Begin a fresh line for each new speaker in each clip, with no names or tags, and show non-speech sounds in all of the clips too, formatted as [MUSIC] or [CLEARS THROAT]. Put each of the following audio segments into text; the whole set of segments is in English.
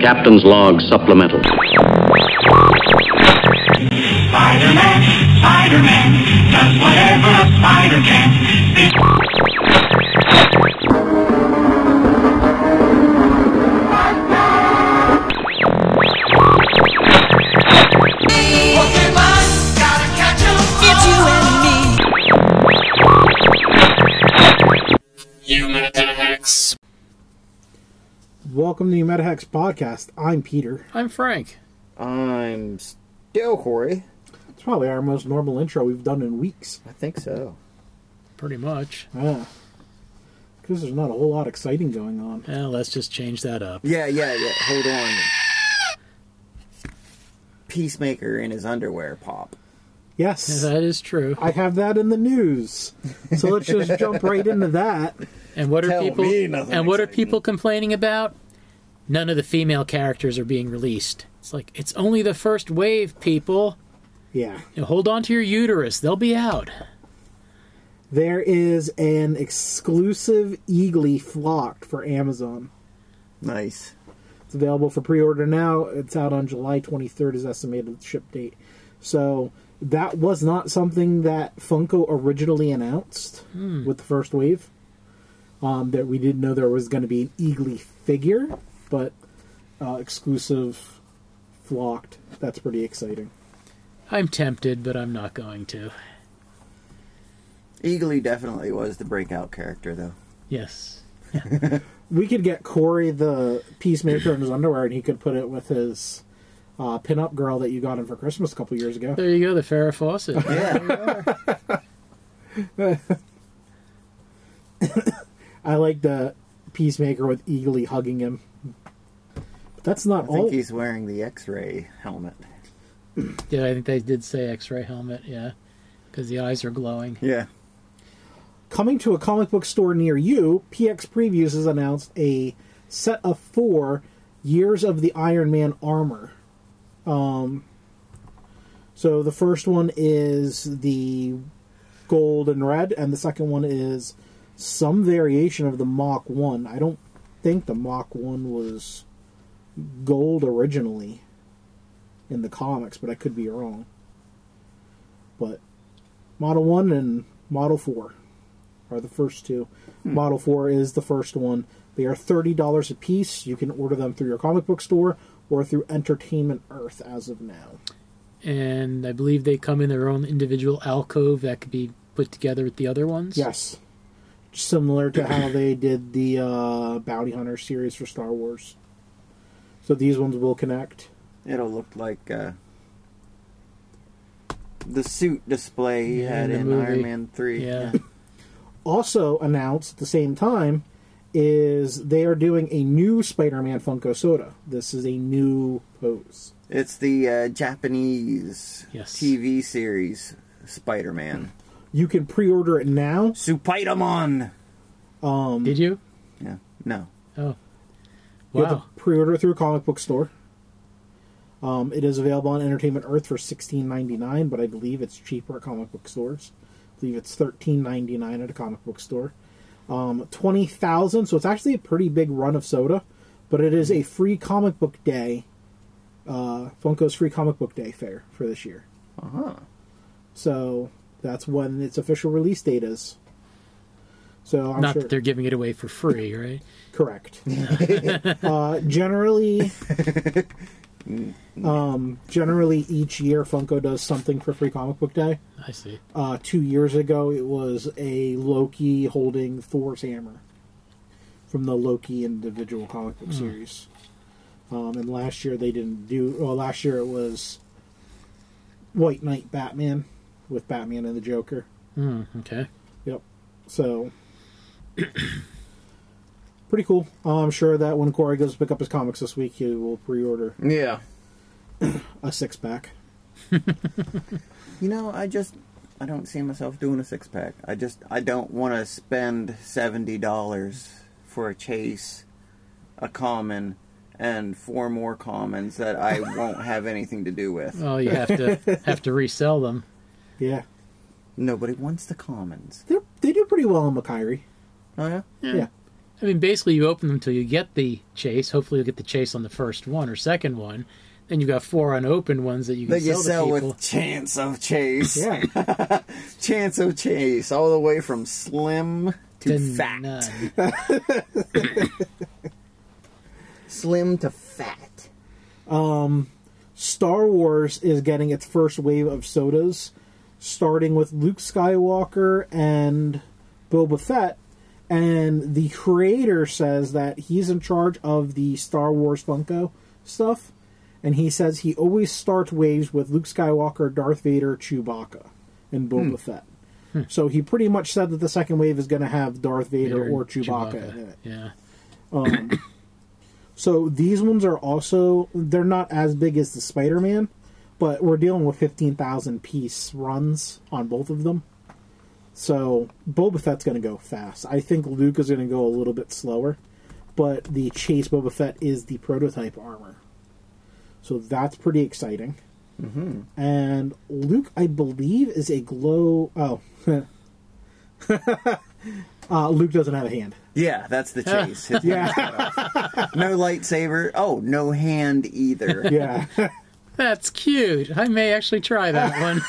Captain's Log Supplemental.
Spider-Man, Spider-Man, does whatever a spider can. Pokemon, gotta catch 'em
It's you and me.
Human attacks.
Welcome to the MetaHex podcast. I'm Peter.
I'm Frank.
I'm still Corey.
It's probably our most normal intro we've done in weeks.
I think so.
Pretty much.
Yeah. Because there's not a whole lot exciting going on.
Well, let's just change that up.
Yeah, yeah, yeah. Hold on. Peacemaker in his underwear pop.
Yes.
[LAUGHS] That is true.
I have that in the news. So let's just jump right into that.
And what are
Tell
people?
me nothing
and what are
exciting.
people complaining about? None of the female characters are being released. It's like it's only the first wave, people.
Yeah.
You know, hold on to your uterus; they'll be out.
There is an exclusive Eagly flocked for Amazon.
Nice.
It's available for pre order now. It's out on July 23rd, is estimated ship date. So that was not something that Funko originally announced with the first wave. Um, that we didn't know there was going to be an Eagly figure, but uh, exclusive flocked. That's pretty exciting.
I'm tempted, but I'm not going to.
Eagly definitely was the breakout character, though.
Yes.
We could get Corey the Peacemaker in his underwear, and he could put it with his uh, pinup girl that you got him for Christmas a couple years ago.
There you go, the Farrah Fawcett.
[LAUGHS] Yeah.
I like the Peacemaker with Eagly hugging him. But that's not
I think
all.
he's wearing the X-ray helmet.
yeah, I think they did say X-ray helmet. Yeah, because the eyes are glowing.
Yeah.
Coming to a comic book store near you, PX Previews has announced a set of four Years of the Iron Man armor. Um, so the first one is the gold and red, and the second one is some variation of the Mach 1. I don't think the Mach 1 was gold originally in the comics, but I could be wrong. But Model 1 and Model 4 are the first two. Model 4 is the first one. They are $30 a piece. You can order them through your comic book store or through Entertainment Earth as of now.
and I believe they come in their own individual alcove that could be put together with the other ones.
Yes. Similar to how they did the uh, Bounty Hunter series for Star Wars. So these ones will connect.
It'll look like uh, the suit display he
Yeah,
had
in
in,
the movie.
Iron Man 3.
Yeah.
Also announced at the same time is they are doing a new Spider-Man Funko Soda. This is a new pose.
[LAUGHS] It's the uh, Japanese
Yes.
TV series Spider-Man.
You can pre-order it now.
Supitamon!
Did you?
Yeah. No.
Oh.
You have
Wow.
to pre-order through a comic book store. Um, it is available on Entertainment Earth for sixteen ninety nine, but I believe it's cheaper at comic book stores. I believe it's thirteen ninety nine at a comic book store. Um, Twenty thousand, so it's actually a pretty big run of soda, but it
Mm-hmm.
is a free comic book day. Uh, Funko's free comic book day fair for this year.
Uh-huh.
So that's when its official release date is. So I'm
Not
sure
that they're giving it away for free, right?
Correct. [LAUGHS] uh, generally, um, generally each year Funko does something for Free Comic Book Day.
I see.
Uh, two years ago, it was a Loki holding Thor's hammer from the Loki individual comic book series. Um, and last year they didn't do. Well, last year it was White Knight Batman with Batman and the Joker.
Okay.
Yep. So [CLEARS THROAT] pretty cool. Uh, I'm sure that when Corey goes to pick up his comics this week, he will pre-order
Yeah.
a six pack.
You know, I just I don't see myself doing a six pack. I just I don't want to spend seventy dollars for a chase, a common, and four more commons that I won't have anything to do with.
Well, you have to have to resell them.
Yeah,
Nobody wants the commons.
they they do pretty well in Makiri.
Oh yeah,
Yeah.
I mean, basically, you open them till you get the chase. Hopefully, you'll get the chase on the first one or second one. Then you've got four unopened ones that you can
They
sell
get
to
sell
people.
with chance of chase.
Yeah. [LAUGHS]
Chance of chase, all the way from slim to,
to
fat.
none.
Slim to fat.
Star Wars is getting its first wave of sodas, starting with Luke Skywalker and Boba Fett. And the creator says that he's in charge of the Star Wars Funko stuff. And he says he always starts waves with Luke Skywalker, Darth Vader, Chewbacca, and Boba Fett. So he pretty much said that the second wave is going to have Darth Vader, or Chewbacca, in it. Um,
Yeah.
So these ones are also they're not as big as the Spider Man, but we're dealing with fifteen thousand piece runs on both of them. So Boba Fett's going to go fast. I think Luke is going to go a little bit slower, but the Chase Boba Fett is the prototype armor, so that's pretty exciting. Mm-hmm. And Luke, I believe, is a glow. Oh, [LAUGHS] uh, Luke doesn't have a hand.
Yeah, that's
[LAUGHS]
the chase. His
Yeah.
[LAUGHS] hand's cut off. no lightsaber. Oh, no hand either.
Yeah.
That's cute. I may actually try that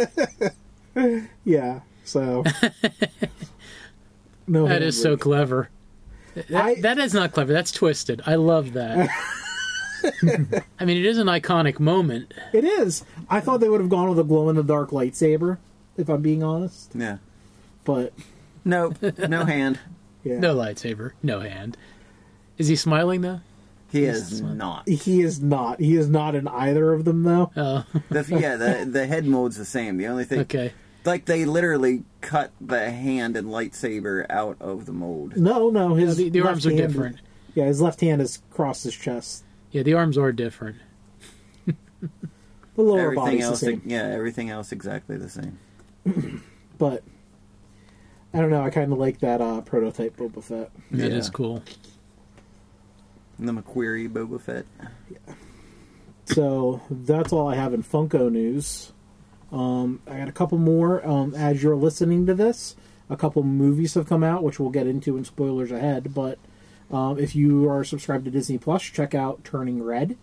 one.
[LAUGHS] Yeah. [LAUGHS] So no,
That is so clever. That,
I-
that is not clever. That's twisted. I love that. I mean, it is an iconic moment.
It is. I thought they would have gone with a glow in the dark lightsaber, if I'm being honest.
Yeah.
But
Nope, no hand.
yeah,
No lightsaber, no hand. Is he smiling though?
He is not.
he is not. He is not in either of them, though.
Oh,
The, yeah, the the head mold's the same. The only thing,
okay.
like they literally cut the hand and lightsaber out of the mold.
No, no. His
the- the
left
arms are
hand-
different.
Yeah, his left hand is across his chest.
Yeah, the arms are different.
The lower
Everything
body's the
else, e,
same.
yeah, everything else exactly the same.
But I don't know. I kind of like that uh, prototype Boba Fett.
That is
Yeah.
cool.
The McQuarrie Boba Fett.
So that's all I have in Funko news. Um, I got a couple more. Um, as you're listening to this, a couple movies have come out, which we'll get into in spoilers ahead. But um, if you are subscribed to Disney Plus, check out Turning Red.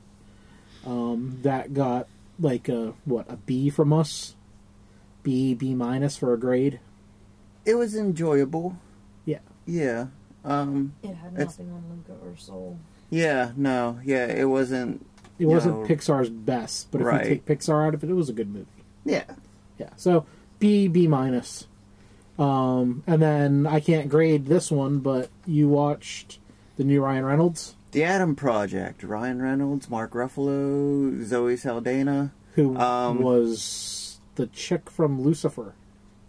Um, that got like a what a B from us, B B minus for a grade.
It was enjoyable.
Yeah,
Yeah. Um.
It had
It's-
nothing on Luca or Soul.
Yeah. No. Yeah. It wasn't.
it wasn't
No.
Pixar's best, but if
Right.
you take Pixar out of it, it was a good movie.
Yeah.
Yeah. So B B minus. Um, and then I can't grade this one, but you watched the new Ryan Reynolds,
The Adam Project. Ryan Reynolds, Mark Ruffalo, Zoe Saldana.
who
Um,
was the chick from Lucifer.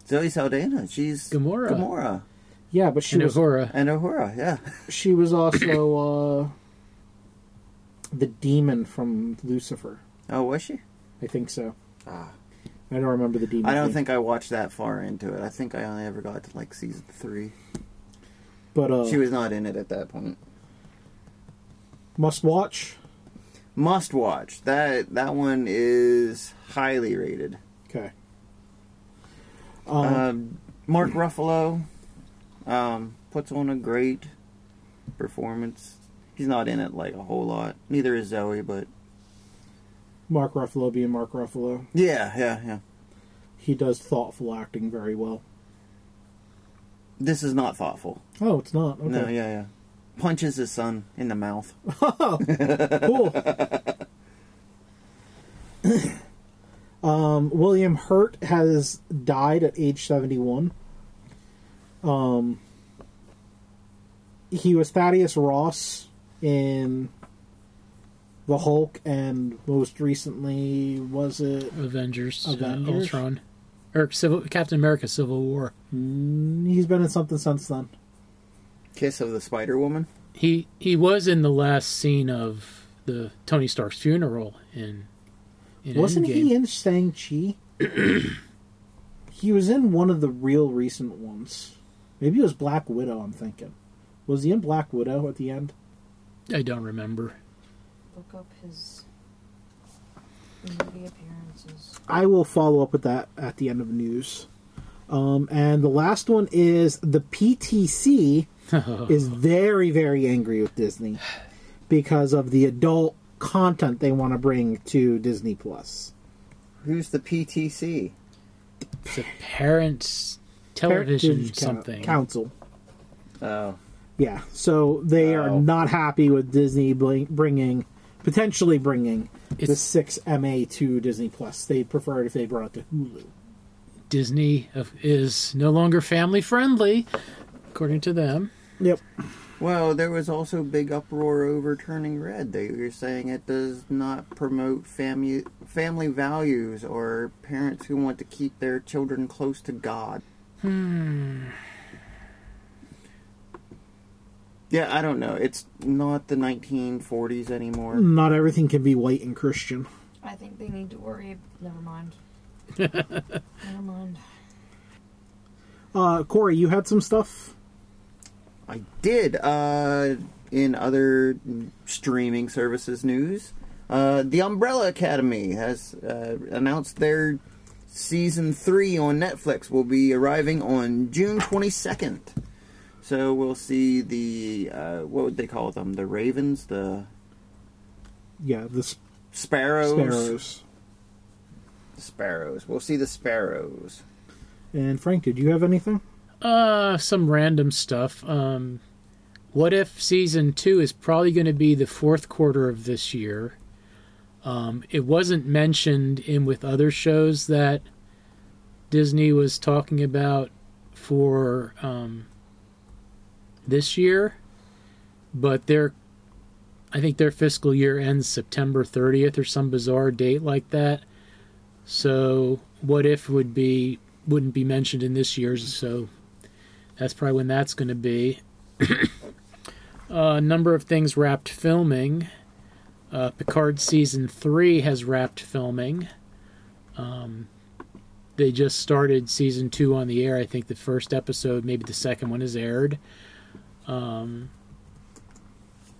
Zoe Saldana. She's
Gamora.
Gamora.
Yeah, but she
And
was
Ahura.
And Uhura. Yeah.
she was also uh, the demon from Lucifer.
Oh, was she?
I think so. I don't remember the demon.
Ah. I don't
thing.
think I watched that far into it. I think I only ever got to like season three.
but uh,
She was not in it at that point.
must watch.
Must watch. That that one is highly rated.
Okay.
Um, Mark Ruffalo um, puts on a great performance. He's not in it like a whole lot. Neither is Zoe, but
Mark Ruffalo being Mark Ruffalo,
yeah, yeah, yeah.
he does thoughtful acting very well.
This is not thoughtful.
Oh, it's not. Okay.
No, yeah, yeah. Punches his son in the mouth.
cool. [COUGHS] um, William Hurt has died at age 71. Um, he was Thaddeus Ross in The Hulk, and most recently, was it?
Avengers, uh,
Avengers?
Ultron, or Civil, Captain America: Civil War.
He's been in something since then.
Kiss of the Spider Woman.
He he was in the last scene of the Tony Stark's funeral in. in
Wasn't
Endgame.
he in Shang-Chi? he was in one of the real recent ones. Maybe it was Black Widow, I'm thinking. Was he in Black Widow at the end?
I don't remember.
Look up his movie appearances.
I will follow up with that at the end of news. Um, and the last one is the PTC is very very angry with Disney because of the adult content they want to bring to Disney Plus.
Who's the PTC?
It's a parents
Parent
television
Teachers Coun-
something.
Council.
Oh,
Yeah, so they
Oh.
are not happy with Disney bl- bringing potentially bringing the
It's-
six MA to Disney Plus. They prefer it if they brought it to Hulu.
Disney of, is no longer family friendly, according to them.
Yep.
well, there was also big uproar over Turning Red. They were saying it does not promote family family values or parents who want to keep their children close to God. Hmm. Yeah, I don't know. It's not the 1940s anymore.
Not everything can be white and Christian.
I think they need to worry. Never mind. Never mind.
Uh, Corey, you had some stuff.
I did. Uh, in other streaming services news, uh, the Umbrella Academy has uh, announced their season three on Netflix will be arriving on June 22nd. So we'll see the uh, what would they call them? The Ravens, the
Yeah, the sp-
Sparrows,
sparrows.
Sparrows. We'll see the Sparrows.
And Frank, did you have anything?
Uh, some random stuff. Um, what if season two is probably going to be the fourth quarter of this year? Um, it wasn't mentioned in with other shows that Disney was talking about for um, this year, but their I think their fiscal year ends September 30th or some bizarre date like that. So what if would be wouldn't be mentioned in this year's, so that's probably when that's going to be. A number of things wrapped filming. Uh, Picard season three has wrapped filming. Um, they just started season two on the air. I think the first episode, maybe the second one, is aired.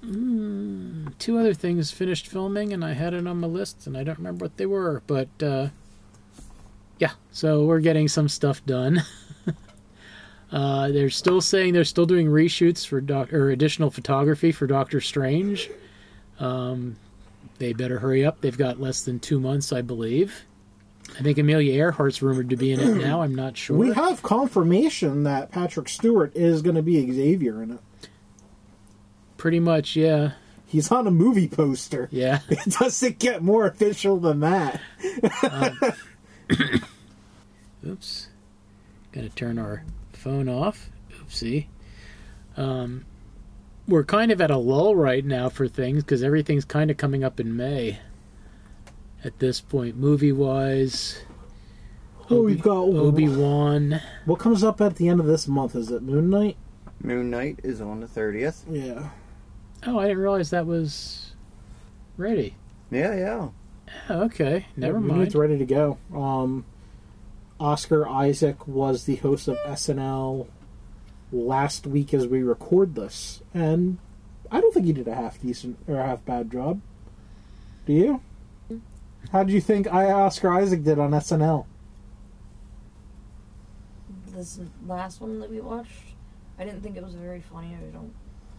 Um, mm, two other things finished filming, and I had it on my list, and I don't remember what they were. But uh, yeah, so we're getting some stuff done. [LAUGHS] Uh, they're still saying they're still doing reshoots for doc- or additional photography for Doctor Strange. Um, they better hurry up. They've got less than two months, I believe. I think Amelia Earhart's rumored to be in it now. I'm not sure.
We have confirmation that Patrick Stewart is going to be Xavier in it.
Pretty much, yeah,
He's on a movie poster. [LAUGHS]
yeah.
It doesn't get more official than that.
Oops. Gonna turn our phone off. Oopsie. Um, we're kind of at a lull right now for things because everything's kind of coming up in May. At this point, movie wise,
Oh, we've got
Obi Wan.
What comes up at the end of this month? Is it Moon Knight?
Moon Knight is on the 30th.
Yeah.
Oh, I didn't realize that was ready.
Yeah, yeah.
Oh, okay, never
Moon Knight's
mind.
ready to go. Um, Oscar Isaac was the host of SNL last week as we record this, and I don't think he did a half decent or a half bad job. Do you? How do you think I Oscar Isaac did on SNL?
This last one that we watched, I didn't think it was very funny. I don't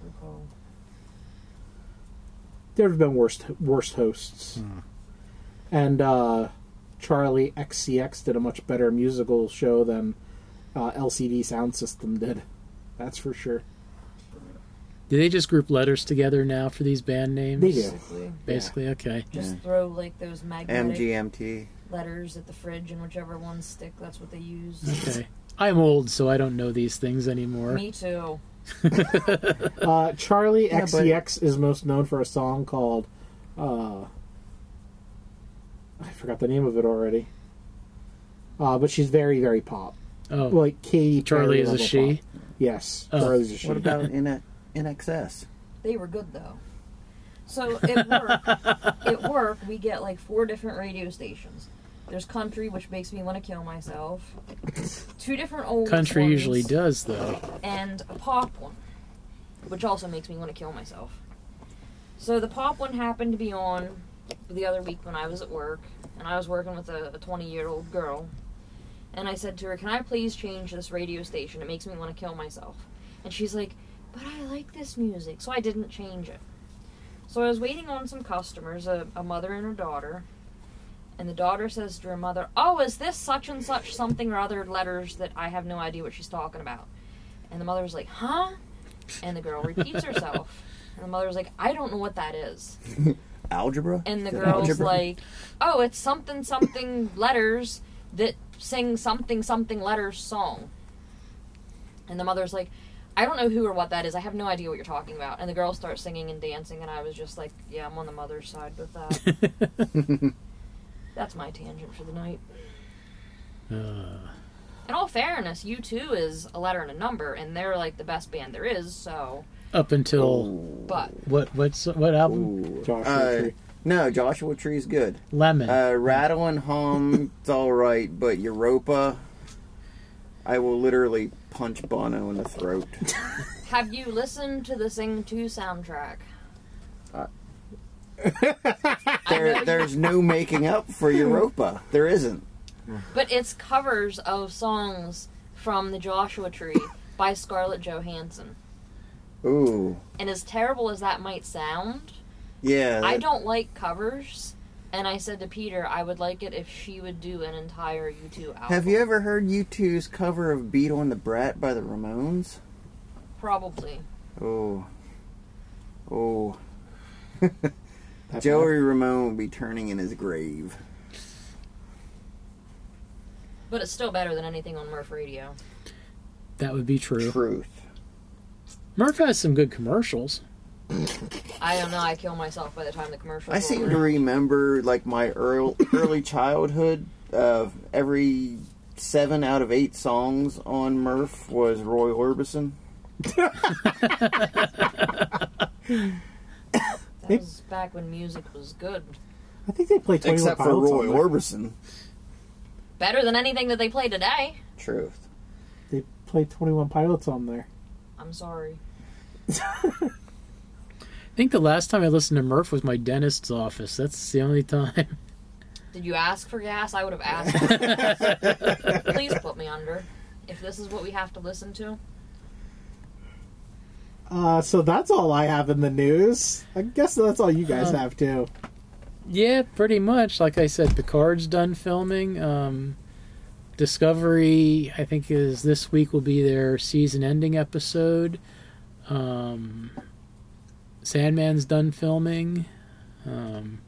recall.
there have been worst worst hosts. And uh, Charlie XCX did a much better musical show than uh, LCD Sound System did. That's for sure.
Do they just group letters together now for these band names?
They do.
Basically,
Basically, okay.
just throw like those magnetic
MGMT.
letters at the fridge, and whichever ones stick, that's what they use.
Okay. I'm old, so I don't know these things anymore.
Me too.
Uh, Charlie
Yeah, but-
XCX is most known for a song called. Uh, I forgot the name of it already. Uh, but she's very, very pop.
Oh,
Like Katy Perry
Charlie is a
level
she.
pop. Yes,
Oh.
Charlie's a she.
What [LAUGHS] about in, a, in excess?
They were good though. So at work,
[LAUGHS]
at work we get like four different radio stations. There's country, which makes me want to kill myself. Two different old
Country
ones,
usually does, though.
and a pop one, which also makes me want to kill myself. So the pop one happened to be on the other week when I was at work, and I was working with a 20 year old girl, and I said to her, "Can I please change this radio station? It makes me want to kill myself." And she's like, but I like this music, so I didn't change it. So I was waiting on some customers, a, a mother and her daughter, and the daughter says to her mother, Oh, is this such and such something or other letters that I have no idea what she's talking about? And the mother's like, Huh? And the girl repeats herself. And the mother's like, I don't know what that is.
Algebra?
And the
Is it
girl's
algebra?
like, oh, it's something something letters that sing something something letters song. And the mother's like, I don't know who or what that is. I have no idea what you're talking about. And the girl starts singing and dancing, and I was just like, yeah, I'm on the mother's side with that. [LAUGHS] That's my tangent for the night.
Uh,
In all fairness, U2 is a letter and a number, and they're like the best band there is, so.
up
Oh.
until
But
what? What's what album?
Josh
Uh,
Tree.
no, Joshua Tree's good.
Lemon.
Uh, Rattle and Hum, it's all right, but Europa, I will literally punch Bono in the
[LAUGHS]
throat.
have you listened to the Sing 2 soundtrack?
There, there's no making up for Europa. There isn't.
But it's covers of songs from the Joshua Tree by Scarlett Johansson.
Ooh,
And as terrible as that might sound,
yeah.
I
that-
don't like covers. And I said to Peter, I would like it if she would do an entire U2 album.
Have you ever heard U2's cover of "Beat on the Brat" by the Ramones?
Probably.
Oh, [LAUGHS] oh.
That's
Joey Ramone will be turning in his grave.
But it's still better than anything on Murph Radio.
that would be true.
Truth.
Murph has some good commercials.
I don't know, I kill myself by the time the commercial.
I seem to remember like my earl early childhood of every seven out of eight songs on Murph was Roy Orbison.
That was back when music was good.
I think they play Twenty One
Except for
Pilots.
Roy
on there.
Orbison.
Better than anything that they play today.
Truth.
They play Twenty One Pilots on there.
I'm sorry.
I think the last time I listened to Murph was my dentist's office. That's the only time.
Did you ask for gas? I would have
[LAUGHS]
asked. For gas. Please put me under. If this is what we have to listen to,
Uh, so that's all I have in the news. I guess that's all you guys have too.
Yeah, pretty much. Like I said, Picard's done filming. Um, Discovery, I think, is this week will be their season-ending episode. Um, Sandman's done filming. Um,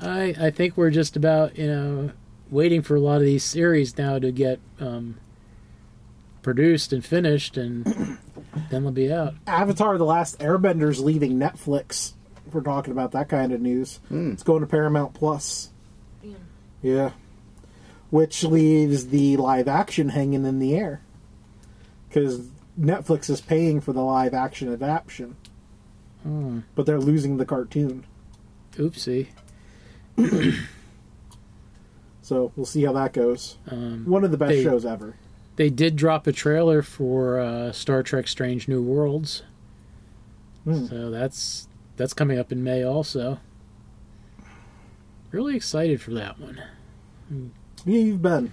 I I think we're just about you know waiting for a lot of these series now to get um, produced and finished, and then they'll be out.
Avatar: The Last Airbender's leaving Netflix. If we're talking about that kind of news,
Hmm.
it's going to Paramount Plus.
Yeah.
Yeah, which leaves the live action hanging in the air because Netflix is paying for the live action adaptation,
Hmm.
but they're losing the cartoon.
Oopsie.
So we'll see how that goes.
Um,
One of the best
they-
shows ever.
They did drop a trailer for uh, Star Trek: Strange New Worlds,
Hmm.
so that's that's coming up in May also. Really excited for that one.
Yeah, you've been.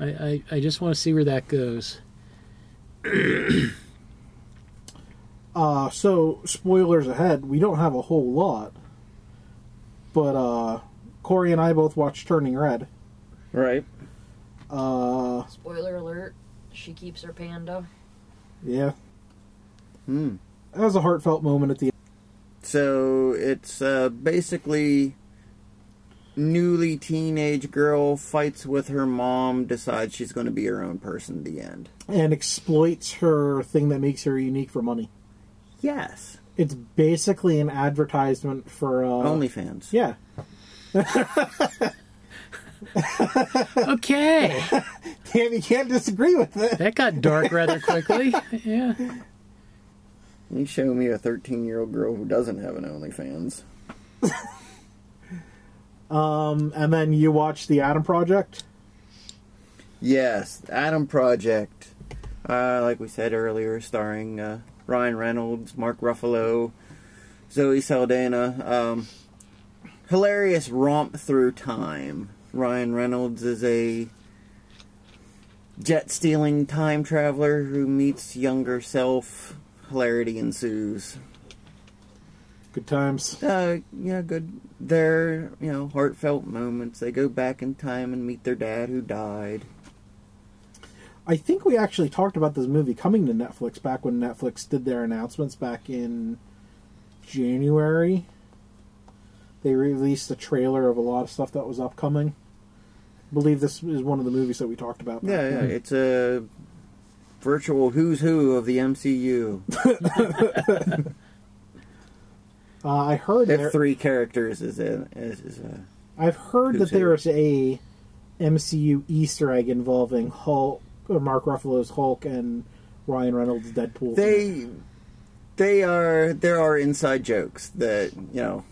I I, I just want to see where
[LAUGHS]
that goes.
Uh, so spoilers ahead. We don't have a whole lot, but uh, Corey and I both watched Turning Red.
Right.
Uh,
spoiler alert, she keeps her panda.
yeah,
Hmm.
that was a heartfelt moment at the.
So it's uh, basically newly teenage girl fights with her mom, decides she's going to be her own person. at The end.
and exploits her thing that makes her unique for money.
Yes.
It's basically an advertisement for uh,
OnlyFans.
Yeah, [LAUGHS]
Okay,
Damn, you can't disagree with it.
that got dark rather quickly. Yeah,
You show me a 13 year old girl who doesn't have an OnlyFans.
Um, and then you watch the Adam Project.
Yes, Adam Project. Uh, like we said earlier, starring uh, Ryan Reynolds, Mark Ruffalo, Zoe Saldana. Um, hilarious romp through time. Ryan Reynolds is a jet stealing time traveler who meets younger self. Hilarity ensues.
Good times.
Uh, yeah, good. They're, you know, heartfelt moments. They go back in time and meet their dad who died.
I think we actually talked about this movie coming to Netflix back when Netflix did their announcements back in January. They released a trailer of a lot of stuff that was upcoming. I believe this is one of the movies that we talked about. back
Yeah, yeah,
then.
it's a virtual who's who of the MCU.
Uh, I heard
If
there,
three characters is in, is, is a
I've heard that
Who's
there
who?
is a MCU Easter egg involving Hulk, or Mark Ruffalo's Hulk, and Ryan Reynolds' Deadpool.
they they are there are inside jokes that you know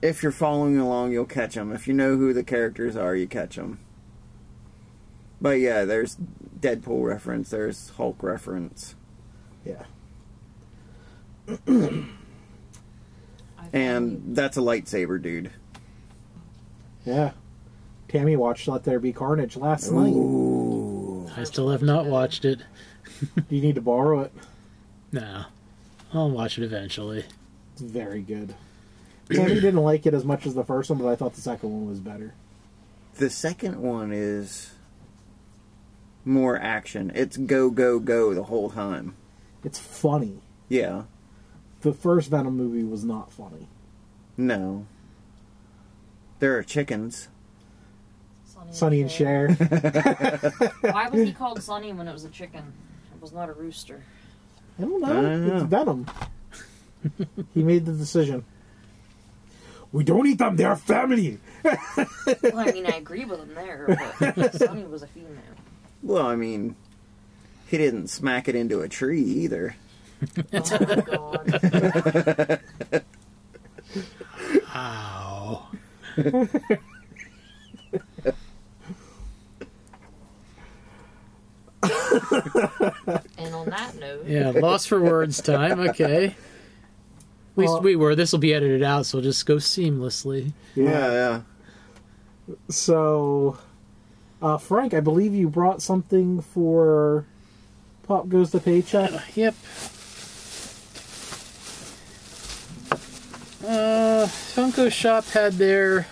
if you're following along you'll catch them if you know who the characters are you catch them but yeah there's deadpool reference there's hulk reference
yeah.
I
and that's a lightsaber dude
Yeah. Tammy watched Let There Be Carnage last
Ooh.
I still have not watched it.
night. You need to borrow it.
No. I'll watch it eventually.
It's
[CLEARS THROAT]
very good. Tammy didn't like it as much as the first one, but I thought the second one was better.
the second one is more action it's go go go the whole time
It's funny.
yeah
The first Venom movie was not funny.
no there are chickens
Sonny,
Sonny and
Cher.
[LAUGHS]
Cher. I
Why
[LAUGHS]
was he called Sonny when it was a chicken? It was not a rooster.
don't know.
I don't know.
It's Venom. he made the decision. We don't eat them. They're family.
Well, I mean, I agree with him there,
[LAUGHS]
but Sonny was a female.
Well, I mean, he didn't smack it into a tree either.
Oh my god.
Ow.
And on that note,
Yeah, lost for words time. Okay. We,
Well-
we were. This will be edited out, so it'll just go seamlessly.
yeah.
So, uh, Frank, I believe you brought something for Pop Goes the Paycheck.
Yep. Uh, Funko Shop had their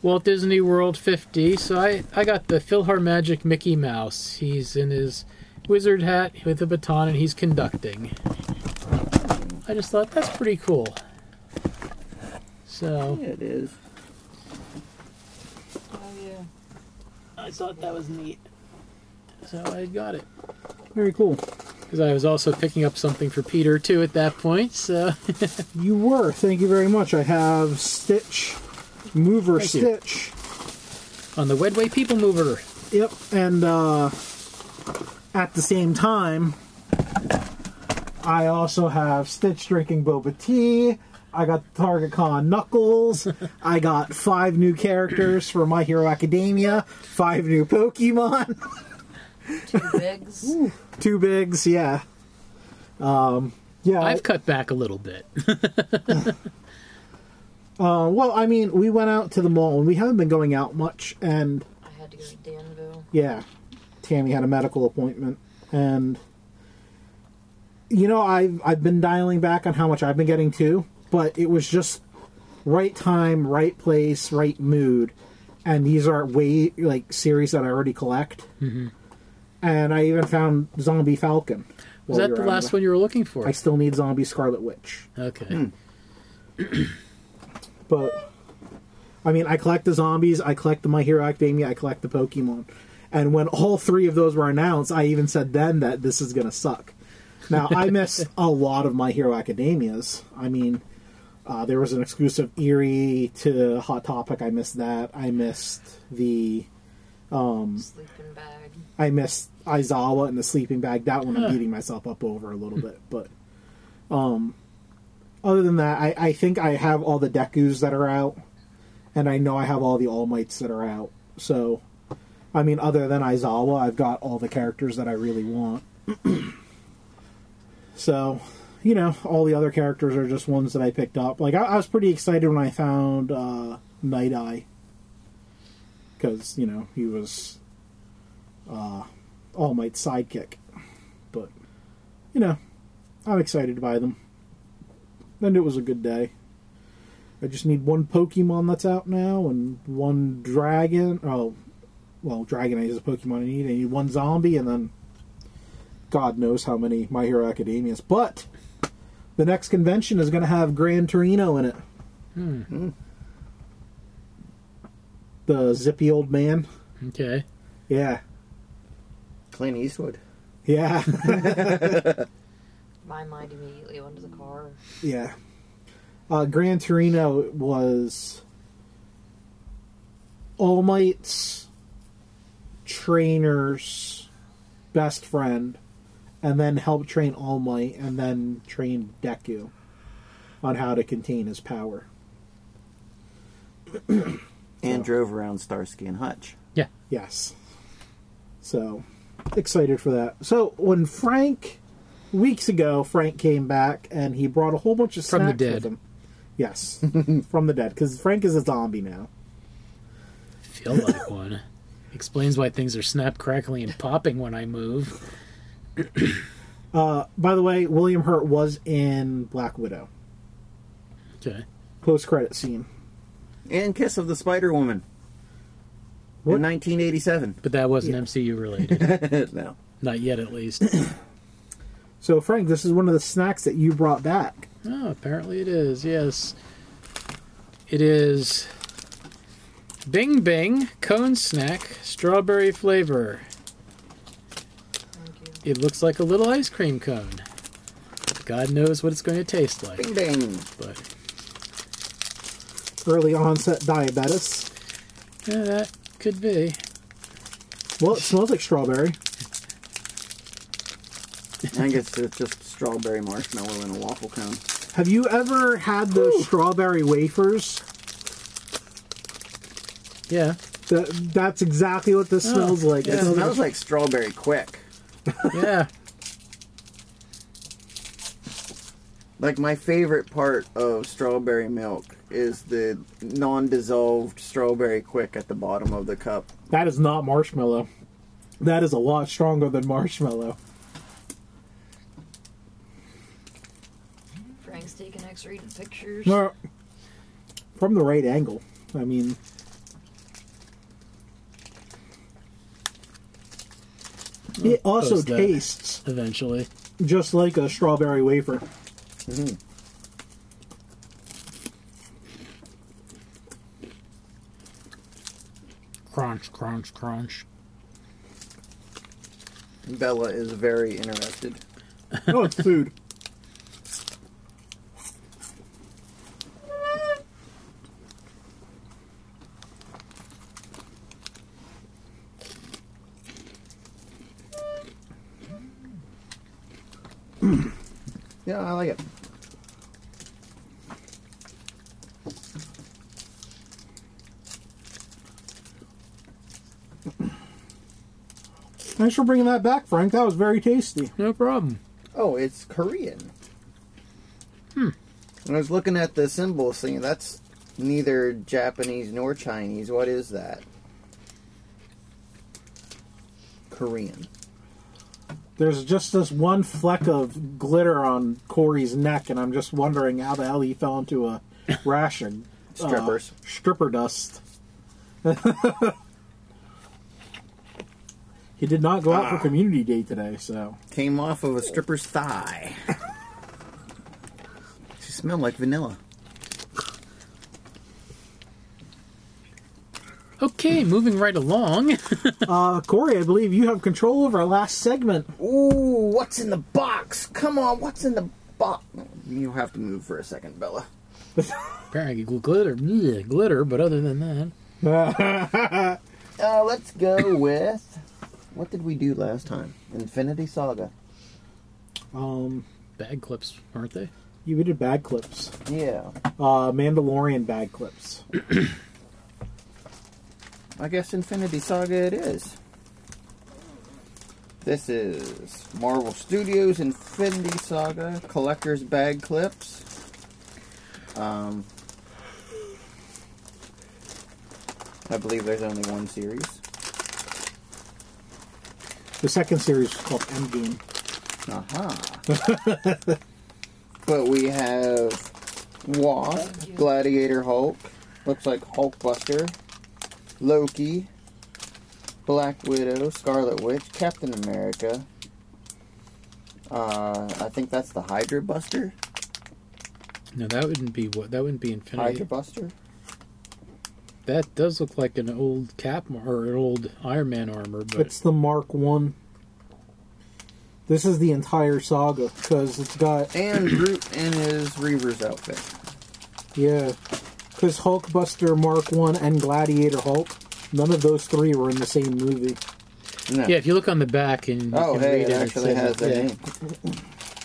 Walt Disney World 50, so I, I got the PhilharMagic Mickey Mouse. He's in his wizard hat with a baton and he's conducting. I just thought that's pretty cool. So
It is.
oh yeah.
I thought that was neat. So I got it.
Very cool.
Because I was also picking up something for Peter too at that point, so. [LAUGHS]
You were. Thank you very much. I have Stitch, Mover
Thank you.
Stitch.
on the Wedway People Mover.
Yep. And uh, at the same time, I also have Stitch drinking boba tea. I got Target Con Knuckles. I got five new characters for My Hero Academia, five new Pokemon. [LAUGHS]
Two bigs.
two bigs, yeah. Um, yeah.
I've cut back a little bit. [LAUGHS]
uh, well, I mean, we went out to the mall and we haven't been going out much. And
I had to go to Danville.
yeah, Tammy had a medical appointment, and you know, I've I've been dialing back on how much I've been getting too, but it was just right time, right place, right mood, and these are way like series that I already collect.
Mm-hmm.
And I even found Zombie Falcon.
Was that the last one you were looking for?
I still need Zombie Scarlet Witch.
Okay.
But I mean, I collect the zombies, I collect the My Hero Academia, I collect the Pokemon. And when all three of those were announced, I even said then that this is going to suck. Now, I missed a lot of My Hero Academias. I mean, uh, there was an exclusive Eerie to Hot Topic. I missed that. I missed the.
Sleeping bag.
I missed Izawa and the sleeping bag. That one I'm beating myself up over a little bit, but um, other than that, I, I think I have all the Deku's that are out, and I know I have all the All Mights that are out. So, I mean, other than Izawa, I've got all the characters that I really want. [CLEARS THROAT] so, you know, all the other characters are just ones that I picked up. Like I, I was pretty excited when I found uh, Night Eye because you know he was All Might's sidekick. But, you know, I'm excited by them. And it was a good day. I just need one Pokemon that's out now and one dragon. Oh, well, Dragonite is a Pokemon I need. I need one zombie and then God knows how many My Hero Academias. But the next convention is going to have Gran Torino in it. The zippy old man.
Okay.
Yeah.
Clint Eastwood.
Yeah. [LAUGHS]
My mind immediately went to the car.
yeah. Uh, Gran Torino was All Might's trainer's best friend, and then helped train All Might, and then trained Deku on how to contain his power.
And drove around Starsky and Hutch.
Yes. So excited for that. So when Frank weeks ago, Frank came back and he brought a whole bunch of
From the
snacks
dead.
with him. Yes, [LAUGHS] from the dead because Frank is a zombie now.
Feel like one. Explains why things are snap, crackling, and popping when I move.
By the way, William Hurt was in Black Widow.
Okay.
Post credit scene.
And Kiss of the Spider Woman.
What?
In 1987.
But that wasn't MCU
[LAUGHS]
related.
no.
Not yet, at least.
So Frank, this is one of the snacks that you brought back.
Oh, apparently it is. Yes. It is Bing Bing Cone Snack Strawberry Flavor.
Thank you.
It looks like a little ice cream cone. God knows what it's going to taste like,
Bing bing.
but
Early onset diabetes.
yeah, that could be.
Well, it smells like strawberry.
I guess it's just strawberry marshmallow in a waffle cone.
Have you ever had those strawberry wafers?
Yeah.
That, that's exactly what this
Oh,
smells like.
yeah.
It
It
smells like
smells like strawberry quick.
Yeah.
Like my favorite part of strawberry milk is the non-dissolved strawberry quick at the bottom of the cup.
That is not marshmallow. That is a lot stronger than marshmallow.
Frank's taking X-ray pictures.
No, from the right angle. I mean, it also
Oh, post that.
tastes
Eventually.
just like a strawberry wafer.
Crunch, crunch, crunch.
Bella is very interested.
Oh, it's food.
Yeah, I like it.
Thanks for bringing that back, Frank. That was very tasty.
No problem.
Oh, it's Korean. Hmm. I was looking at the symbol, saying that's neither Japanese nor Chinese. What is that? Korean.
There's just this one fleck of glitter on Corey's neck, and I'm just wondering how the hell he fell into a rash of uh,
Strippers.
stripper dust. [LAUGHS] he did not go out for community day today, so
Uh-huh. Came off of a stripper's thigh. [LAUGHS] she smelled like vanilla.
Okay, moving right along. [LAUGHS]
uh, Corey, I believe you have control over our last segment.
Ooh, what's in the box? Come on, what's in the box? You'll have to move for a second, Bella.
Apparently gl- glitter, bleh, glitter, but other than that,
Uh, let's go with. What did we do last time? Infinity Saga.
Um,
bag clips, aren't they?
you did bag clips,
Yeah.
uh, Mandalorian bag clips.
I guess Infinity Saga it is. This is Marvel Studios Infinity Saga Collector's Bag Clips. Um, I believe there's only one series.
The second series was called Endgame.
Aha. [LAUGHS] but we have Wasp, Gladiator Hulk, looks like Hulkbuster, Loki, Black Widow, Scarlet Witch, Captain America. Uh, I think that's the Hydra Buster.
No, that wouldn't be what. That wouldn't be Infinity.
Hydra Buster.
That does look like an old cap mar- or an old Iron Man armor, but
It's the Mark One. This is the entire saga because it's got
And Groot in his Reaver's outfit.
yeah, because Hulkbuster Mark One and Gladiator Hulk. None of those three were in the same movie.
No.
yeah, if you look on the back and you
Oh,
can
hey, it
read it, it
actually
says-
has their name.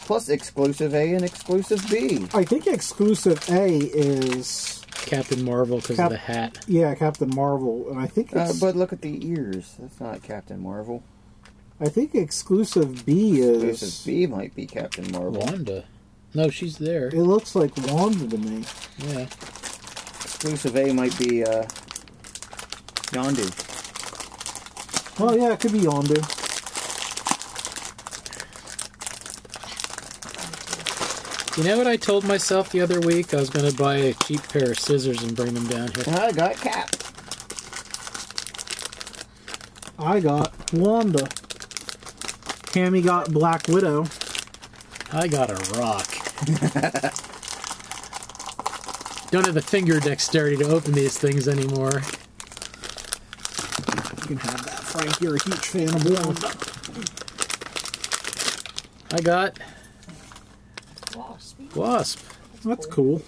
Plus exclusive A and exclusive B. Uh,
I think exclusive A is
Captain Marvel because
Cap-
of the hat.
yeah Captain Marvel, and I think
Uh,
it's,
but look at the ears. That's not Captain Marvel.
I think exclusive B is
Exclusive B might be Captain Marvel.
Wanda. No, she's there.
It looks like Wanda to me.
Yeah.
Exclusive A might be uh, Yondu.
Oh yeah, it could be Yondu.
You know what I told myself the other week? I was going to buy a cheap pair of scissors and bring them down here.
I got Cap.
I got Wanda. Cammy got Black Widow.
I got a rock. Don't have the finger dexterity to open these things anymore.
You can have that, Frank. You're a huge fan of Wanda.
I got
Wasp.
Wasp.
That's cool.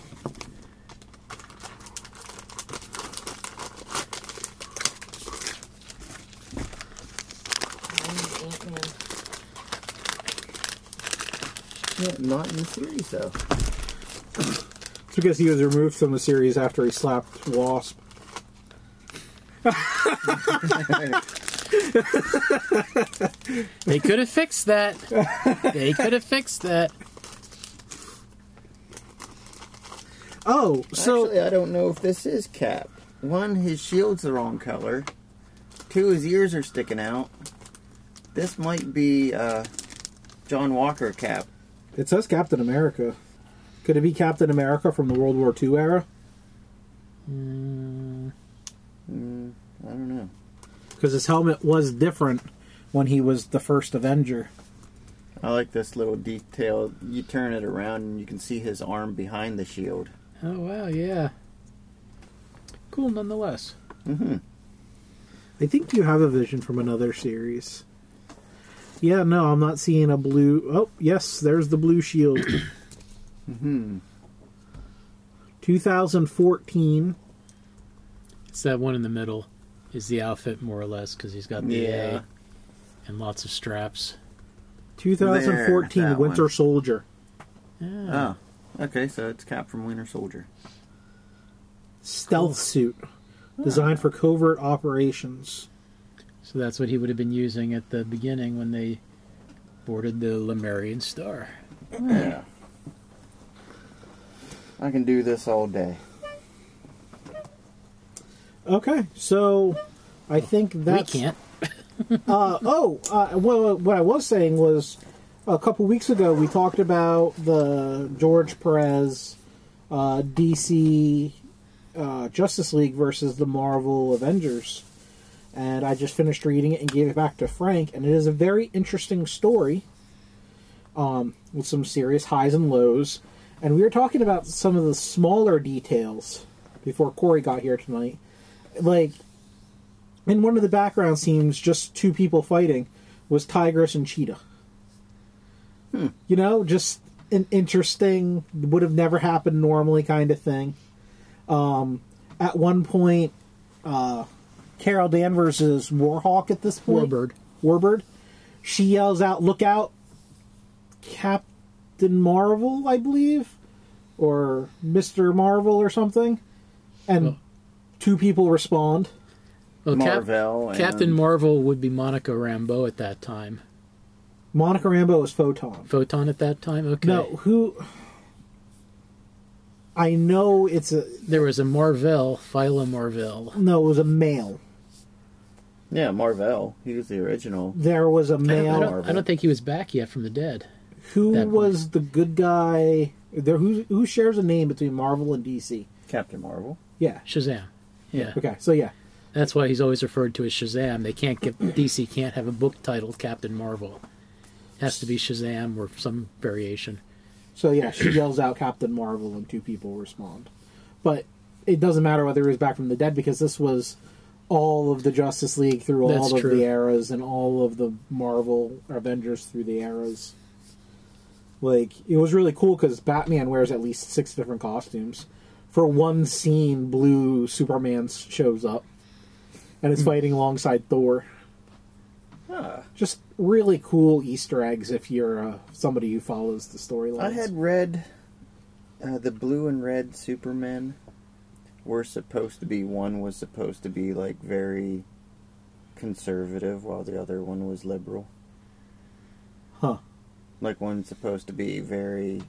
And Ant-Man.
Yeah, not in the series though.
It's because he was removed from the series after he slapped Wasp.
They could have fixed that. They could have fixed that.
Oh, so
Actually, I don't know if this is Cap. One, his shield's the wrong color. Two, his ears are sticking out. This might be uh, John Walker Cap.
it says Captain America. Could it be Captain America from the World War II era?
Hmm. I don't know.
Because his helmet was different when he was the first Avenger.
I like this little detail. You turn it around and you can see his arm behind the shield.
Oh wow, yeah. Cool nonetheless.
I think you have a vision from another series. Yeah, no, I'm not seeing a blue. Oh, yes, there's the blue
[COUGHS]
shield. mm-hmm.
Mm-hmm.
2014.
It's that one in the middle is the outfit more or less because he's got the
Yeah.
A and lots of straps.
2014
There, that
Winter
one.
Soldier.
Oh, okay, so it's Cap from Winter Soldier.
Stealth suit. Designed for covert operations.
So that's what he would have been using at the beginning when they boarded the Lemurian Star.
Yeah. I can do this all day.
Okay, so I think that's.
We can't.
Uh, oh, uh, well, what I was saying was a couple weeks ago we talked about the George Perez uh, DC uh, Justice League versus the Marvel Avengers. And I just finished reading it and gave it back to Frank, and it is a very interesting story um, with some serious highs and lows. And we were talking about some of the smaller details before Corey got here tonight. Like, in one of the background scenes, just two people fighting was Tigress and Cheetah. You know, just an interesting, would have never happened normally kind of thing. Um, at one point, uh, Carol Danvers is Warhawk at this point.
Warbird.
Warbird. She yells out, Look out, Captain Marvel, I believe, or Mr. Marvel or something. And
Oh.
two people respond.
Well, Cap-
Marvel and-
Captain Marvel would be Monica Rambeau at that time.
Monica Rambo is Photon.
Photon at that time. Okay.
No, who? I know it's a
There was a Marvel, Philo Marvel.
no. It was a male.
Yeah, Marvell. He was the original.
There was a
I don't, I,
male
don't, I don't think he was back yet from the dead.
who
that
was the good guy. There, who who shares a name between Marvel and DC?
Captain Marvel.
Yeah.
Shazam. Yeah,
Okay. So yeah,
that's why he's always referred to as Shazam. They can't get [COUGHS] DC can't have a book titled Captain Marvel. It has to be Shazam or some variation.
so yeah, she yells out Captain Marvel, and two people respond. But it doesn't matter whether he was back from the dead because this was all of the Justice League through all
That's
of
true.
the eras and all of the Marvel Avengers through the eras. Like it was really cool because Batman wears at least six different costumes. For one scene, Blue Superman s- shows up and is fighting alongside Thor.
Ah.
Just really cool Easter eggs if you're uh, somebody who follows the storyline.
I had read uh, the blue and red Superman were supposed to be one was supposed to be like very conservative, while the other one was liberal.
Huh.
Like one's supposed to be very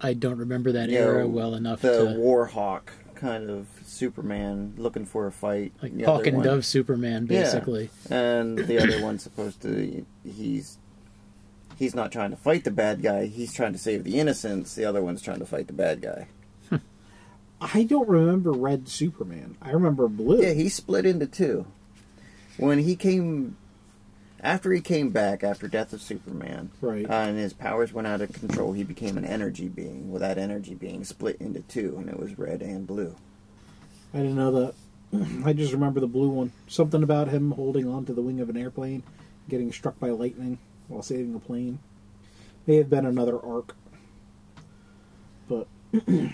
I don't remember that
you
era
know,
well enough
The
to
war hawk kind of Superman looking for a fight,
like
The
hawk
other
and
one-
dove Superman
Yeah.
basically.
and the other one's supposed to he's he's not trying to fight the bad guy he's trying to save the innocents the other one's trying to fight the bad guy
I don't remember Red Superman. I remember Blue.
yeah he split into two when he came after he came back after death of superman
Right.
uh, and his powers went out of control he became an energy being well that energy being split into two and it was red and blue
I didn't know that. [CLEARS THROAT] I just remember the blue one. Something about him holding onto the wing of an airplane, getting struck by lightning while saving a plane. May have been another arc. But
i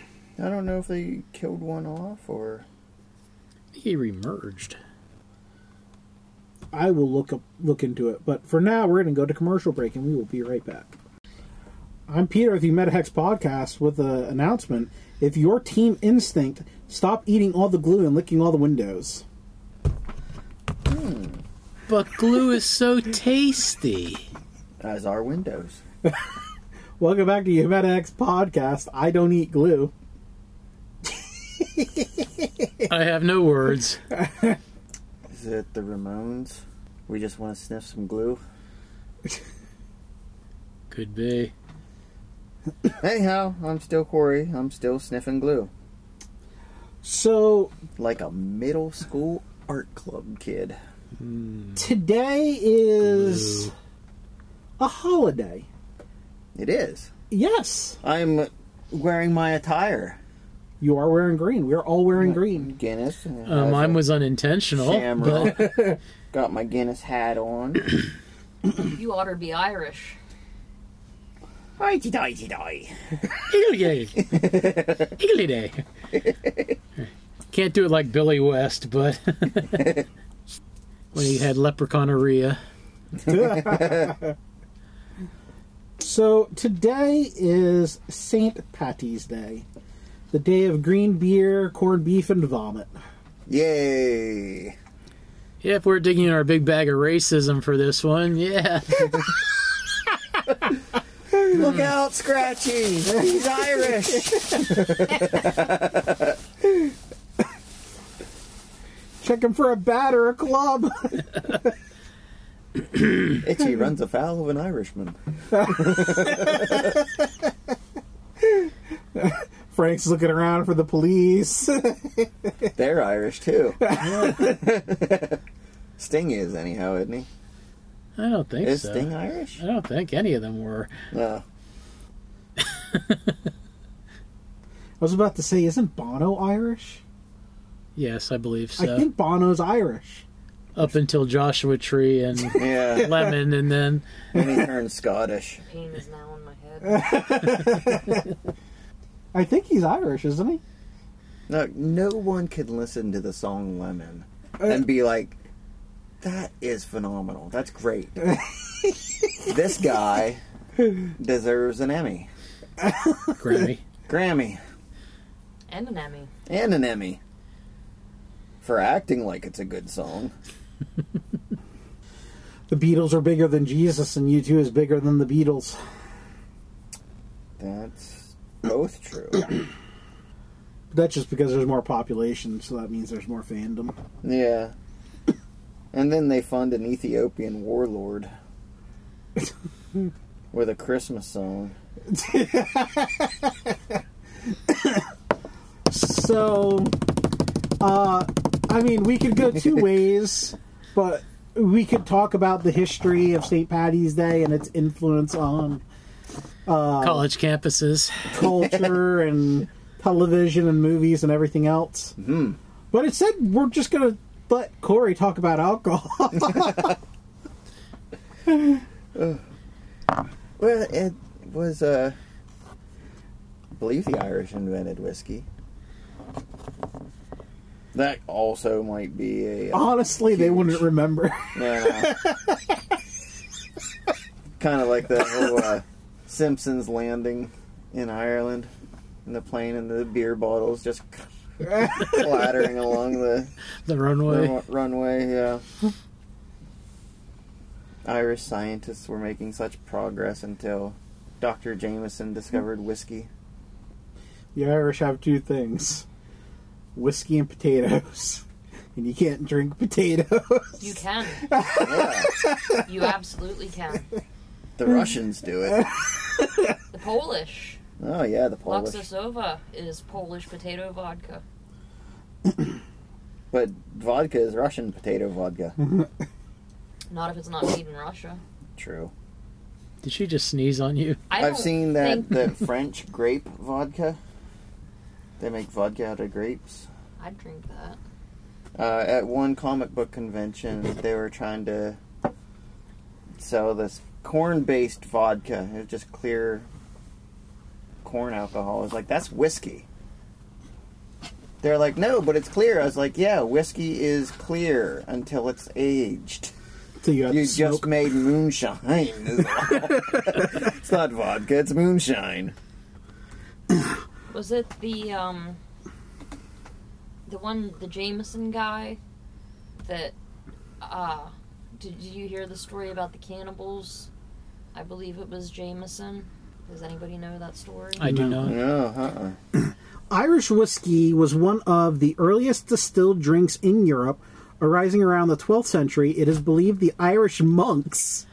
don't know if they killed one off or
He remerged.
I will look up look into it. But for now, we're going to go to commercial break, and we will be right back. I'm Peter with the MetaHex podcast with an announcement. If your team instinct, stop eating all the glue and licking all the windows.
But glue is so tasty.
[LAUGHS] as our windows
Welcome back to your MetaHex podcast. I don't eat glue.
I have no words.
Is it the Ramones? We just want to sniff some glue.
Could be.
Anyhow, I'm still Corey. I'm still sniffing glue.
So
Like a middle school art club kid.
today is a holiday.
It is.
Yes,
I'm wearing my attire.
you are wearing green. We are all wearing green.
Guinness. and it
Uh, oh,
has
mine
a
was unintentional.
shamrock. [LAUGHS]
But
Got my Guinness hat
[COUGHS]
on.
You ought to be Irish.
Hoity toity toy.
Eagle day. Eagle day. Can't do it like Billy West, but [LAUGHS] when he had leprechaunaria.
So today is Saint Patty's Day, the day of green beer, corned beef, and vomit.
Yay!
Yeah, if we're digging in our big bag of racism for this one, yeah.
Look out, Scratchy! He's
[LAUGHS]
Irish!
Check him for a bat or a club. [LAUGHS]
Itchy runs afoul of an Irishman.
Frank's looking around for the police. [LAUGHS]
They're Irish
[LAUGHS]
too. Sting is anyhow, isn't he?
I don't think
Is
so. Uh,
Sting Irish?
I don't think any of them were.
No.
I was about to say, isn't Bono Irish?
Yes, I believe
I
so.
think Bono's Irish.
Up until Joshua Tree and
Yeah.
Lemon, and then
and he turned Scottish.
Pain is now in my head.
I think he's Irish, isn't he?
Look, no one could listen to the song Lemon and be like, that is phenomenal. That's great. this guy deserves an Emmy.
Grammy.
Grammy.
And an Emmy.
And an Emmy. For acting like it's a good song.
The Beatles are bigger than Jesus, and U2 is bigger than the Beatles.
That's both true.
That's just because there's more population, so that means there's more fandom.
Yeah. And then they fund an Ethiopian warlord with a Christmas song.
So, uh, I mean, we could go two ways, but we could talk about the history of St. Patty's Day and its influence on
College campuses.
culture and television and movies and everything else. But it said we're just going to let Corey talk about alcohol. [LAUGHS]
Well, it was, uh, I believe the Irish invented whiskey. That also might be a. uh,
Honestly, they wouldn't remember.
kind of like the whole uh, Simpsons landing in Ireland, and the plane and the beer bottles just clattering along the
The runway.
run- runway. Yeah. Irish scientists were making such progress until Dr. Jameson discovered whiskey.
the Irish have two things whiskey and potatoes. [LAUGHS] And you can't drink potatoes. [LAUGHS]
You can.
Yeah,
You absolutely can.
the Russians do it.
The
[LAUGHS]
Polish.
Oh yeah, the Polish.
Luxusova is Polish potato vodka.
But vodka is Russian potato vodka.
Not if it's not made in Russia.
True.
Did she just sneeze on you?
I
I've
don't
seen that
think-
the
[LAUGHS]
French grape vodka. They make vodka out of grapes.
I'd drink that.
Uh, at one comic book convention, they were trying to sell this corn-based vodka. It was just clear corn alcohol. I was like, that's whiskey. They're like, no, but it's clear. I was like, yeah, whiskey is clear until it's aged.
So you have
You
to smoke
just made
[LAUGHS]
moonshine. is all. it's not vodka, it's moonshine.
Was it the um the one the Jameson guy that uh did, did you hear the story about the cannibals? I believe it was Jameson. Does anybody know that story?
I do not.
No, uh-uh.
Irish whiskey was one of the earliest distilled drinks in Europe, arising around the 12th century. It is believed the Irish monks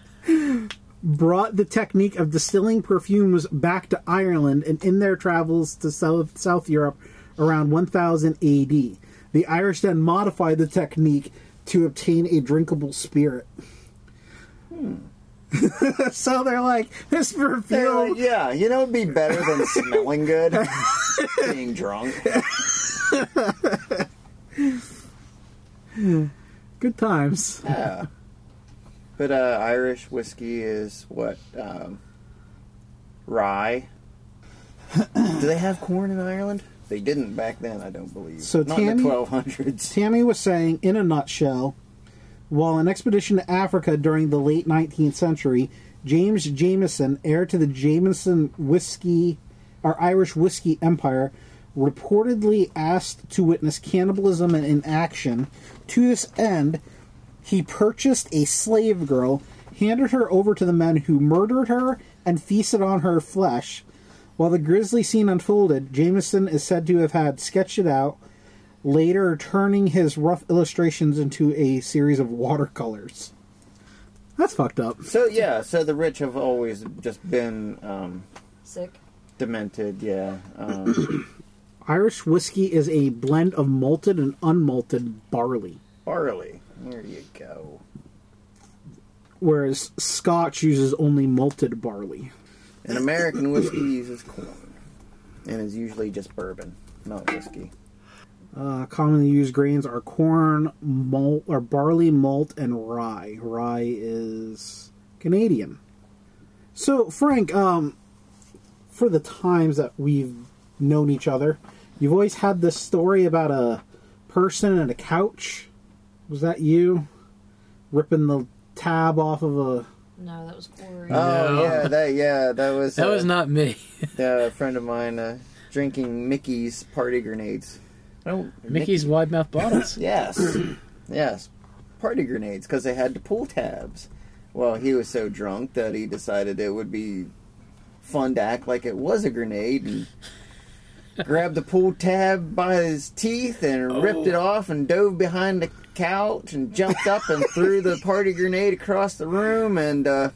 brought the technique of distilling perfumes back to Ireland and in their travels to South, South Europe around 1000 AD. The Irish then modified the technique to obtain a drinkable spirit.
Hmm.
[LAUGHS] so they're like, this
They're
perfume
like, yeah, you know, it'd be better
[LAUGHS]
than smelling good, being drunk.
Good times.
Yeah. But uh, Irish whiskey is what um, rye. Do they have corn in Ireland? They didn't back then, I don't believe.
So
not in
Tammy-
the 1200s.
Tammy was saying, in a nutshell, while an expedition to Africa during the late 19th century, James Jameson, heir to the Jameson whiskey or Irish whiskey empire, reportedly asked to witness cannibalism and inaction. To this end, he purchased a slave girl, handed her over to the men who murdered her and feasted on her flesh. While the grisly scene unfolded, Jameson is said to have had sketched it out, later turning his rough illustrations into a series of watercolors. That's fucked up.
So, yeah, so the rich have always just been um,
Sick.
demented, yeah. Um,
Irish whiskey is a blend of malted and unmalted barley,
barley. There you go.
whereas Scotch uses only malted barley.
And American whiskey uses corn. And is usually just bourbon, not whiskey.
Uh, commonly used grains are corn, malt, or barley, malt, and rye. Rye is Canadian. So, Frank, um, for the times that we've known each other, you've always had this story about a person and a couch. Was that you ripping the tab off of a?
No, that was Corey.
Oh
No.
yeah, that yeah, that was
That
uh,
was not me.
uh, a friend of mine uh, drinking Mickey's party grenades. I
Oh,
don't
Mickey's wide mouth bottles.
Yes, yes, party grenades because they had to pull tabs. Well, he was so drunk that he decided it would be fun to act like it was a grenade and grabbed the pull tab by his teeth and ripped it off and dove behind the couch and jumped up and threw the party grenade across the room, and uh,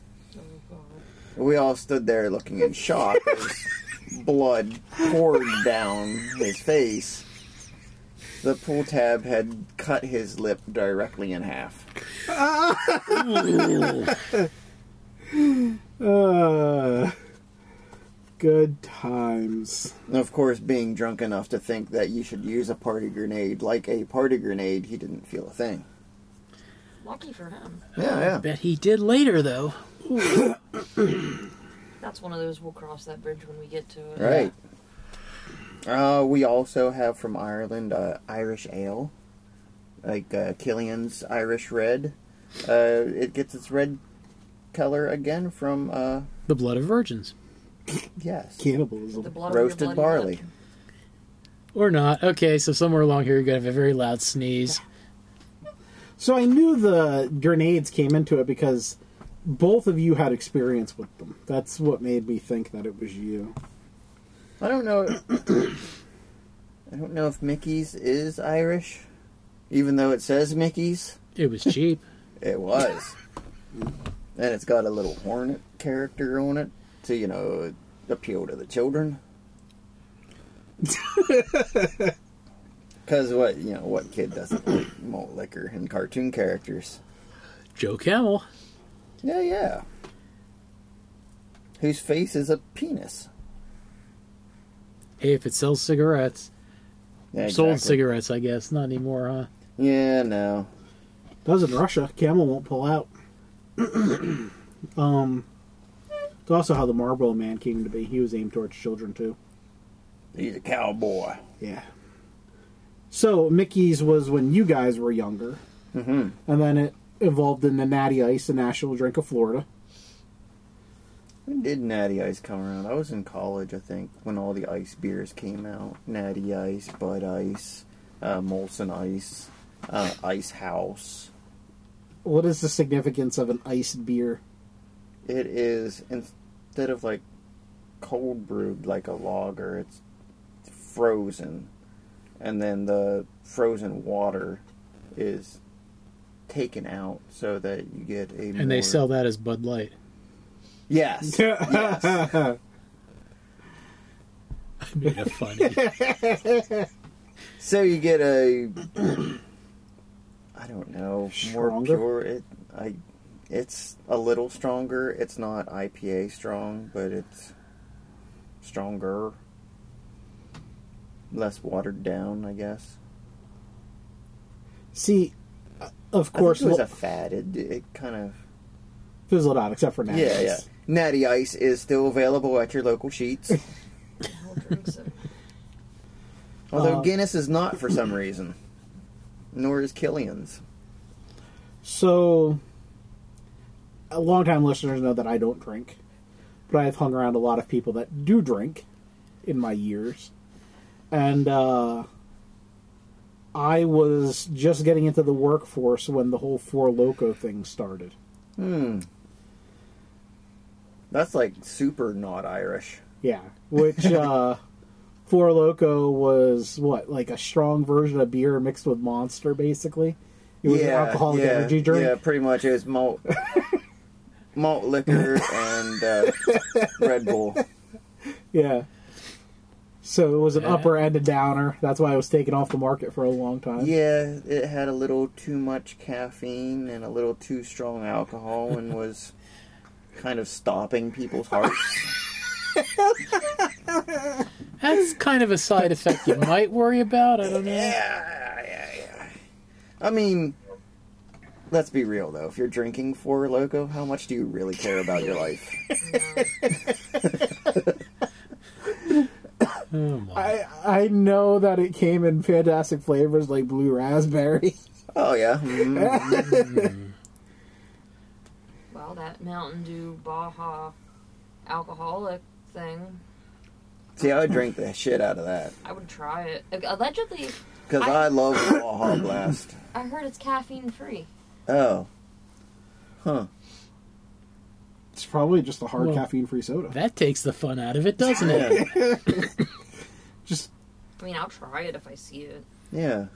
we all stood there looking in shock as blood poured down his face. The pool tab had cut his lip directly in half.
Uh, good times.
And of course, being drunk enough to think that you should use a party grenade like a party grenade, he didn't feel a thing.
Lucky for him.
Yeah, yeah.
Bet he did later, though.
That's one of those we'll cross that bridge when we get to it.
Right. Uh, we also have from Ireland uh, Irish ale, like uh, Killian's Irish Red. Uh, it gets its red color again from uh,
The blood of virgins.
yes,
The
Cannibalism.
blood of your
roasted
blood
barley.
blood.
Or not. Okay, so somewhere along here, you're going to have a very loud sneeze.
So I knew the grenades came into it because both of you had experience with them. That's what made me think that it was you.
I don't know. [COUGHS] I don't know if Mickey's is Irish, even though it says Mickey's.
It was cheap.
It was. and it's got a little hornet character on it to, you know, appeal to the children. Because what, you know, what kid doesn't like malt liquor and cartoon characters?
Joe Camel.
Yeah, yeah. Whose face is a penis.
Hey, if it sells cigarettes.
Yeah,
Sold
exactly.
cigarettes, I guess. Not anymore, huh?
Yeah, no.
Does in Russia. Camel won't pull out. [CLEARS THROAT] um, it's also how the Marlboro Man came to be. He was aimed towards children too.
He's a cowboy.
Yeah. So Mickey's was when you guys were younger, mm-hmm. and then it evolved into Natty Ice, the national drink of Florida.
When did Natty Ice come around? I was in college, I think, when all the ice beers came out. Natty Ice, Bud Ice, uh, Molson Ice, uh, Ice House.
What is the significance of an iced
[LAUGHS]
beer?
It is instead of like cold brewed like a lager, it's frozen, and then the frozen water is taken out so that you get a.
And they sell that as Bud Light. [LAUGHS]
Yes. yes.
I made it funny.
So you get a, [CLEARS THROAT] I don't know, more
Stronger?
pure. It, I, it's a little stronger. It's not IPA strong, but it's stronger, less watered down, I guess.
See, uh, of
I
course,
think it was
lo-
a fad. It, it kind of
fizzled out except for Natty
yeah yeah.
Ice.
Natty Ice is still available at your local
[LAUGHS]
sheets,
Who drinks it?
although
Uh,
Guinness is not for some reason, nor is Killian's.
So, a long-time listeners know that I don't drink, but I've hung around a lot of people that do drink in my years, and uh, I was just getting into the workforce when the whole four loco thing started.
Hmm. That's like super not Irish.
Yeah,
[LAUGHS]
which uh, Four Loco was what like a strong version of beer mixed with Monster, basically. It was an alcoholic
yeah,
energy drink.
Yeah, pretty much. It was
[LAUGHS]
malt, malt liquor and uh, Red Bull.
Yeah. So it was an
Yeah.
upper and a downer. That's why it was taken off the market for a long time.
Yeah, it had a little too much caffeine and a little too strong alcohol and was kind of stopping people's
[LAUGHS]
hearts.
That's kind of a side effect you might worry about. I don't know.
yeah, yeah, yeah. I mean, let's be real though. If you're drinking Four Loco, how much do you really care about your life?
uh,
Oh, my.
I I know that it came in fantastic flavors like blue raspberry. [LAUGHS]
Oh yeah. mhm.
Well, that Mountain Dew Baja alcoholic thing,
See, I would drink the shit out of that
I would try it. Allegedly,
because I,
I-
love Baja Blast.
I heard it's caffeine free.
Oh, huh.
It's probably just a hard
Well-
caffeine-free soda.
That takes the fun out of it, doesn't it?
Yeah,
just
I mean, I'll try it if I see it.
yeah.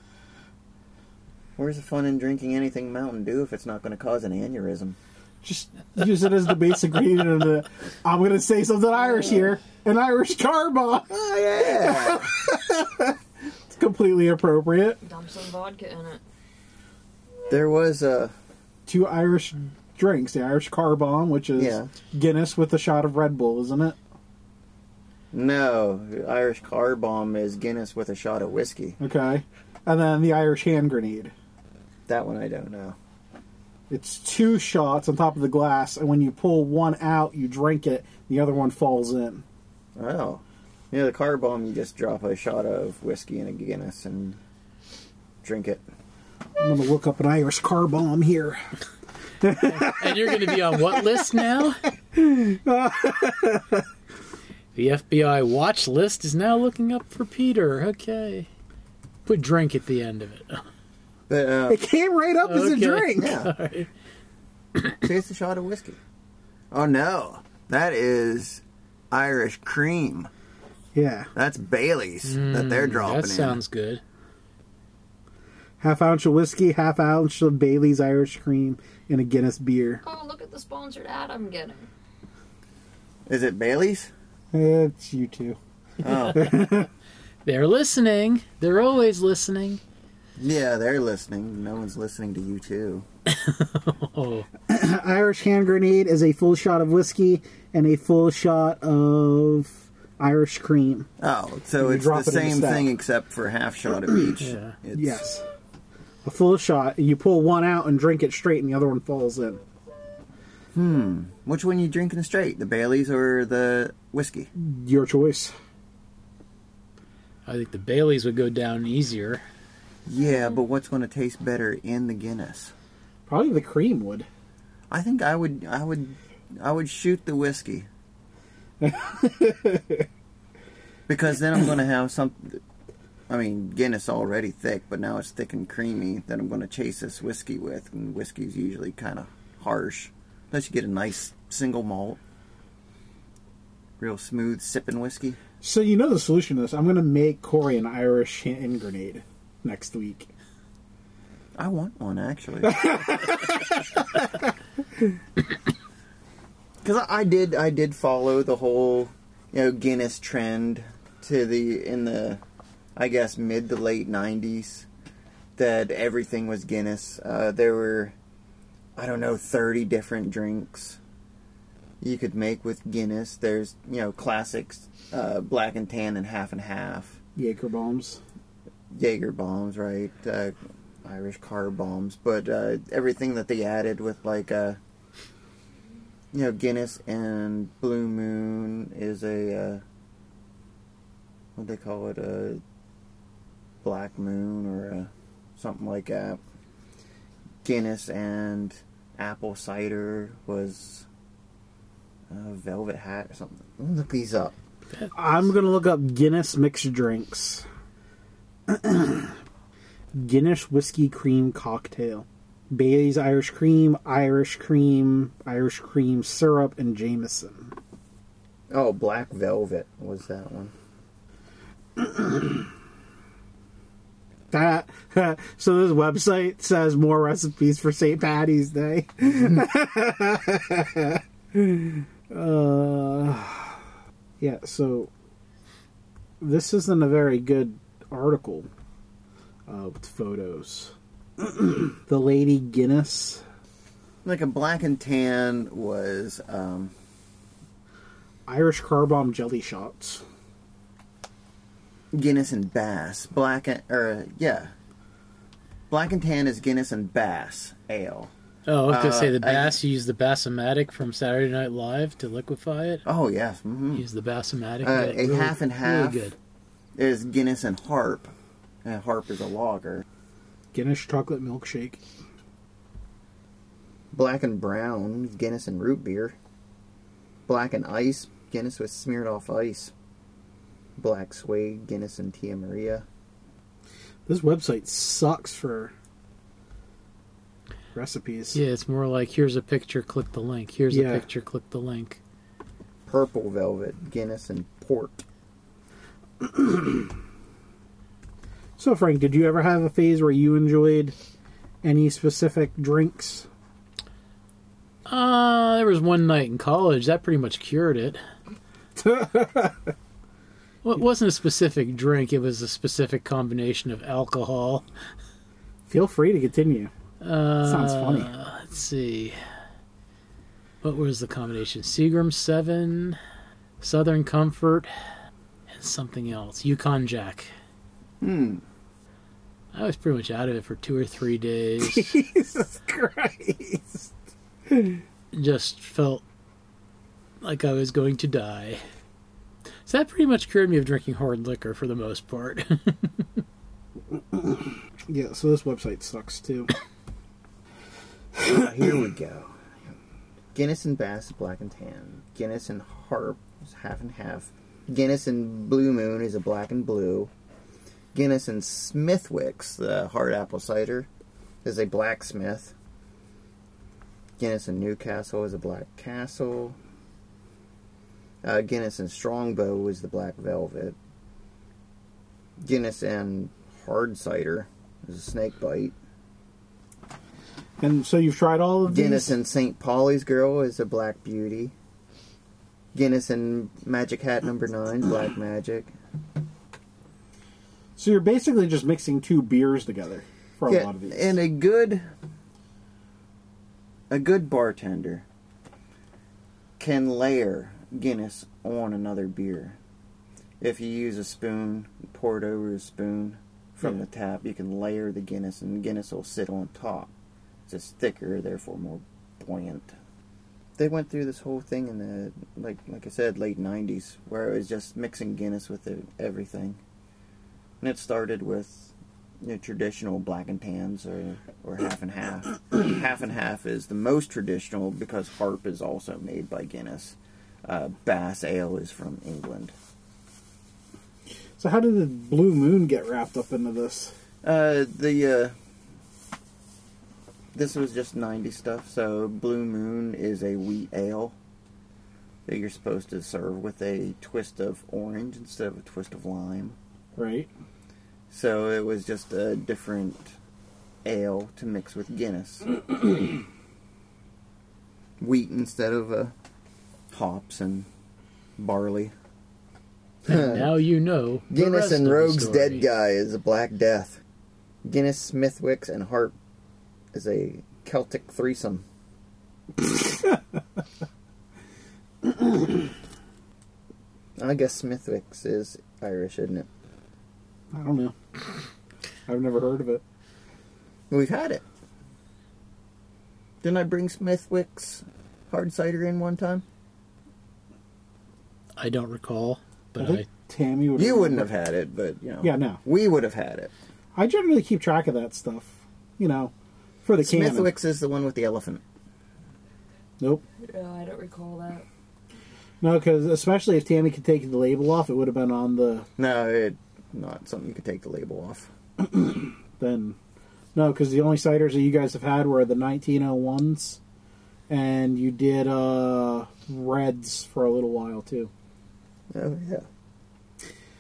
Where's the fun in drinking anything Mountain Dew if it's not going to cause an aneurysm?
Just use it as the base ingredient of the. I'm going to say something Irish here. An Irish car bomb.
Oh yeah.
It's completely appropriate.
Dump some vodka in it.
[LAUGHS] there was a
Two Irish drinks. The Irish car bomb, which is
Yeah.
Guinness with a shot of Red Bull, isn't it?
no Irish car bomb is Guinness with a shot of whiskey.
Okay. And then the Irish hand grenade.
That one I don't know.
It's two shots on top of the glass, and when you pull one out, you drink it. The other one falls in.
Oh, you know the car bomb you just drop a shot of whiskey in a Guinness and drink it.
I'm gonna look up an Irish car bomb here.
And you're going to be on what
[LAUGHS]
list now? the FBI watch list is now looking up for Peter. Okay. Put drink at the end of it.
But uh,
It came right up as a
Okay.
[LAUGHS]
drink.
yeah,
Sorry.
[COUGHS] taste a shot of whiskey. Oh no, that is Irish cream.
Yeah,
That's Bailey's Mm, that they're dropping
That sounds good.
half ounce of whiskey, half ounce of Bailey's Irish cream, and a Guinness beer.
Oh, look at the sponsored ad I'm getting.
in. Is it Bailey's?
It's you two.
Oh,
They're listening. They're always listening.
yeah, they're listening. No one's listening to you too.
Oh,
Irish hand grenade is a full shot of whiskey and a full shot of Irish cream.
Oh, so
You
it's
drop
the
it in the
same
sack.
thing except for half shot of each.
Yeah.
It's-
Yes. A full shot. You pull one out and drink it straight, and the other one falls in.
Which one you drinking straight, the Bailey's or the whiskey?
Your choice.
I think the Baileys would go down easier.
Yeah, but what's going to taste better in the Guinness?
Probably the cream would.
I think I would, I would, I would shoot the whiskey. because then I'm going to have some. I mean, Guinness already thick, but now it's thick and creamy. That I'm going to chase this whiskey with, and whiskey's usually kind of harsh, unless you get a nice single malt, real smooth sipping whiskey.
So you know the solution to this. I'm going to make Corey an Irish hand grenade next week.
I want one actually. Because I did, I did follow the whole, you know, Guinness trend to the in the, I guess mid to late '90s, that everything was Guinness. Uh, there were, I don't know, 30 different drinks you could make with Guinness. There's, you know, classics, uh, black and tan and half and half.
Jaeger bombs.
Jaeger bombs, right? Uh, Irish car bombs, but uh, everything that they added with like uh, you know Guinness and Blue Moon is a uh, what they call it a Black Moon or a, something like that. Guinness and apple cider was uh, Velvet Hat or something. Let me Look these up.
I'm going to look up Guinness mixed drinks. [CLEARS THROAT] Guinness whiskey cream cocktail. Bailey's Irish cream, Irish cream, Irish cream syrup, and Jameson.
Oh, Black Velvet was that one.
That [LAUGHS] so this website says more recipes for St. Patty's Day. [LAUGHS] uh, yeah, so this isn't a very good article uh, with photos. [CLEARS THROAT] the Lady Guinness.
like a black and tan was um
Irish car bomb jelly shots.
Guinness and Bass. Black and or yeah. Black and tan is Guinness and Bass ale.
Oh, I was going to say the
Uh, I-
bass. you use the bassomatic from Saturday Night Live to liquefy it.
Oh yes. hmm
Use the bassomatic.
Uh,
That
a half and half
Really good.
is Guinness and Harp. And Harp is a lager.
Guinness chocolate milkshake.
Black and brown is Guinness and root beer. Black and ice Guinness with smeared off ice. Black suede Guinness and Tia Maria.
This website sucks for recipes.
Yeah, it's more like here's a picture, click the link. Here's
Yeah.
a picture, click the link.
Purple velvet Guinness and port.
So, Frank, did you ever have a phase where you enjoyed
Any specific drinks?
Uh, there was one night in college that pretty much cured it. well, it wasn't a specific drink, it was a specific combination of alcohol.
Feel free to continue.
Uh,
Sounds funny.
[LAUGHS]
Let's see. What was the combination? Seagram 7, Southern Comfort, and something else. Yukon Jack.
Hmm.
I was pretty much out of it for two or three days.
Jesus Christ.
Just felt like I was going to die. So that pretty much cured me of drinking hard liquor for the most part. [LAUGHS]
Yeah, so this website sucks too.
Ah, here we go. Guinness and Bass is black and tan. Guinness and Harp is half and half. Guinness and Blue Moon is a black and blue. Guinness and Smithwick's, the hard apple cider, is a blacksmith. Guinness and Newcastle is a black castle. Uh, Guinness and Strongbow is the black velvet. Guinness and Hard Cider is a snake bite.
And so you've tried all of
Guinness
these.
and St. Pauli's Girl is a black beauty. Guinness and Magic Hat number nine, black magic.
So you're basically just mixing two beers together for a
Yeah,
lot of these.
and a good, a good bartender can layer Guinness on another beer. If you use a spoon, pour it over a spoon from the tap, you can layer the Guinness, and Guinness will sit on top. It's just thicker, therefore more buoyant. They went through this whole thing in the like, like I said, late '90s, where it was just mixing Guinness with the, everything, and it started with you know, traditional black and tans or, or half and half. [COUGHS] half and half is the most traditional because Harp is also made by Guinness. Uh, Bass Ale is from England.
so how did the Blue Moon get wrapped up into this?
Uh, the uh, this was just ninety stuff. So Blue Moon is a wheat ale that you're supposed to serve with a twist of orange instead of a twist of lime.
Right.
So it was just a different ale to mix with Guinness. Wheat instead of uh, hops and barley.
and now you know. the
Guinness
rest of
and
the
Rogue's
story.
Dead Guy is a Black Death. Guinness, Smithwick's, and Harp is a Celtic
[LAUGHS]
threesome. I guess Smithwick's is Irish, isn't it?
I don't know.
I've never heard of it.
We've had it. Didn't I bring Smithwick's hard cider in one time?
I don't recall,
I
but
think
I
Tammy would.
You wouldn't have had it, but you know.
Yeah, no.
We would have had it.
I generally keep track of that stuff. You know, for the canon.
Smithwick's is the one with the elephant.
Nope.
Uh, I don't recall that.
No, because especially if Tammy could take the label off, it would have been on the
No, it not something you could take the label off.
then. No, because the only ciders that you guys have had were the 1901s, and you did uh reds for a little while too.
Oh yeah.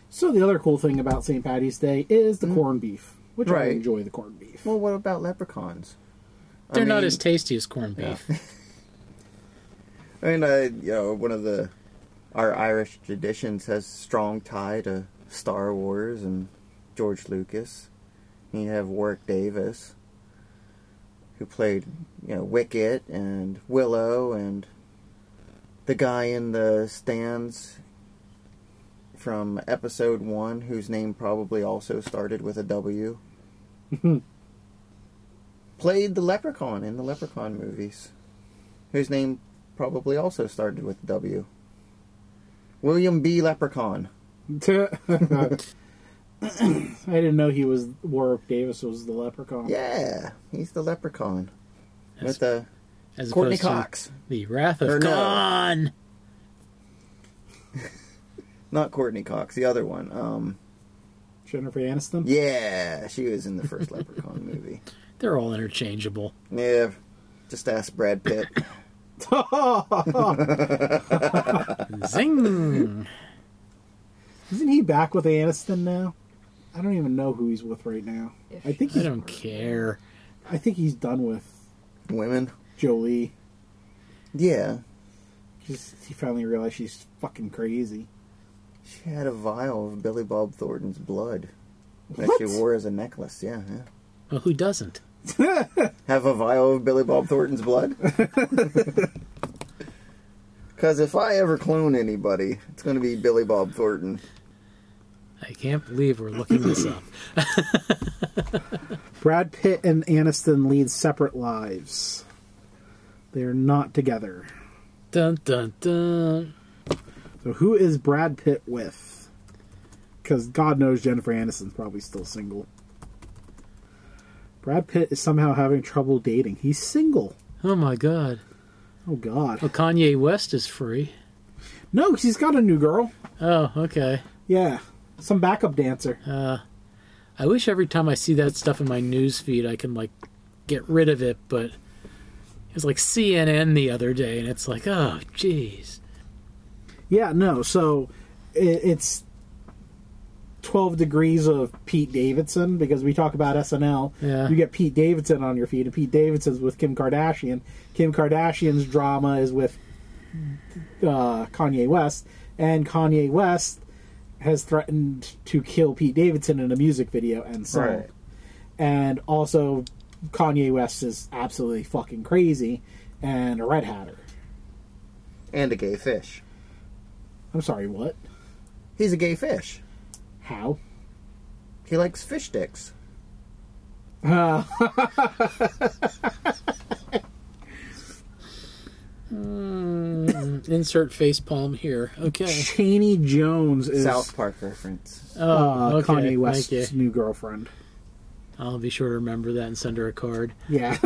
So the other cool thing about St. Patty's Day is the corned beef, which I
Mm. Right.
enjoy the corned beef.
Well, [CLEARS THROAT] what about leprechauns? I
they're not
mean-
as tasty as corned beef.
I mean, I, you know, one of the our Irish traditions has strong tie to Star Wars and George Lucas. And you have Warwick Davis, who played you know Wicket and Willow and the guy in the stands from Episode One, whose name probably also started with a W. played the leprechaun in the leprechaun movies whose name probably also started with W. William B. Leprechaun.
[LAUGHS] I didn't know he was Warwick Davis was the leprechaun.
Yeah, he's the leprechaun. with
That's
the
As
Courtney
opposed to
Cox.
the Wrath of
Or no.
Khan.
Not Courtney Cox, the other one. Um,
Jennifer Aniston.
yeah, she was in the first Leprechaun movie.
They're all interchangeable.
Yeah, just ask Brad Pitt.
Zing!
Isn't he back with Aniston now? I don't even know who he's with right now.
If
I think
I
he's
don't care.
I think he's done with
Women?
Jolie.
Yeah.
Just he finally realized she's fucking crazy.
She had a vial of Billy Bob Thornton's blood that
What?
she wore as a necklace. Yeah, yeah.
Well, who doesn't?
Have a vial of Billy Bob Thornton's blood? Because if I ever clone anybody, it's going to be Billy Bob Thornton.
I can't believe we're looking this up.
Brad Pitt and Aniston lead separate lives. They are not together.
Dun dun dun.
So who is Brad Pitt with? Because God knows Jennifer Aniston's probably still single. Brad Pitt is somehow having trouble dating. He's single.
Oh my God.
Oh God.
Well, Kanye West is free.
No, she's got a new girl.
Oh, okay.
Yeah, some backup dancer.
I wish every time I see that stuff in my news feed, I can like get rid of it, but it was like CNN the other day, and it's like, oh, jeez.
Yeah, no. So it, it's twelve degrees of Pete Davidson because we talk about SNL.
Yeah.
You get Pete Davidson on your feed, and Pete Davidson's with Kim Kardashian. Kim Kardashian's drama is with uh, Kanye West, and Kanye West has threatened to kill Pete Davidson in a music video and song.
Right.
And also, Kanye West is absolutely fucking crazy and a red hatter.
And a gay fish.
I'm sorry, what?
He's a gay fish.
How?
He likes fish sticks.
Mm, Insert face palm here. Okay.
Cheney Jones is
South Park reference.
uh,
Oh, okay.
Kanye
Thank
West's
you.
new girlfriend.
I'll be sure to remember that and send her a card.
Yeah.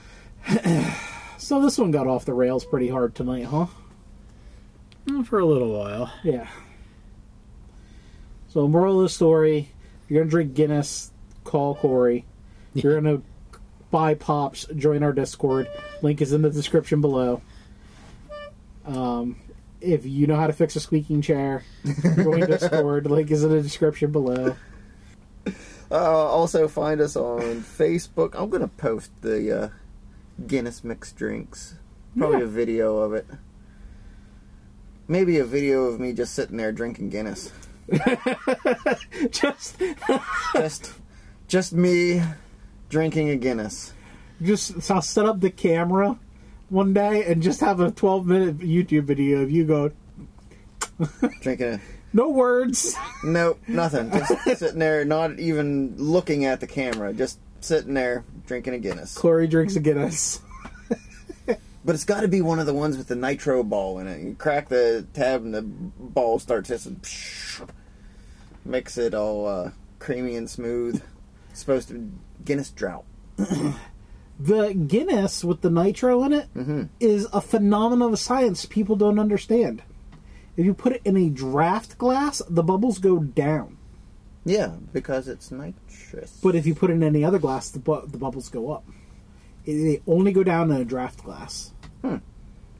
[LAUGHS] so this one got off the rails pretty hard tonight, huh?
Mm, For a little while.
Yeah. So moral of the story: You're gonna drink Guinness. Call Corey. You're gonna [LAUGHS] buy pops. Join our Discord. Link is in the description below. Um, if you know how to fix a squeaking chair, [LAUGHS] join Discord. Link is in the description below. [LAUGHS]
Uh, also, find us on Facebook. I'm going to post the uh, Guinness mixed drinks. Probably a video of it. Maybe a video of me just sitting there drinking Guinness.
Just
just just me drinking a Guinness.
just so I'll set up the camera one day and just have a 12 minute YouTube video of you going,
Drinking
no [LAUGHS] words.
a nope, nothing. [LAUGHS] Just sitting there, not even looking at the camera, just sitting there drinking a Guinness.
Corey drinks a Guinness.
But it's got to be one of the ones with the nitro ball in it. You crack the tab and the ball starts hissing. Psh, makes it all uh, creamy and smooth. It's supposed to be Guinness drought.
The Guinness with the nitro in it is a phenomenon of science people don't understand. If you put it in a draft glass, the bubbles go down.
Yeah, because it's nitrous.
But if you put it in any other glass, the, bu- the bubbles go up. It, they only go down in a draft glass.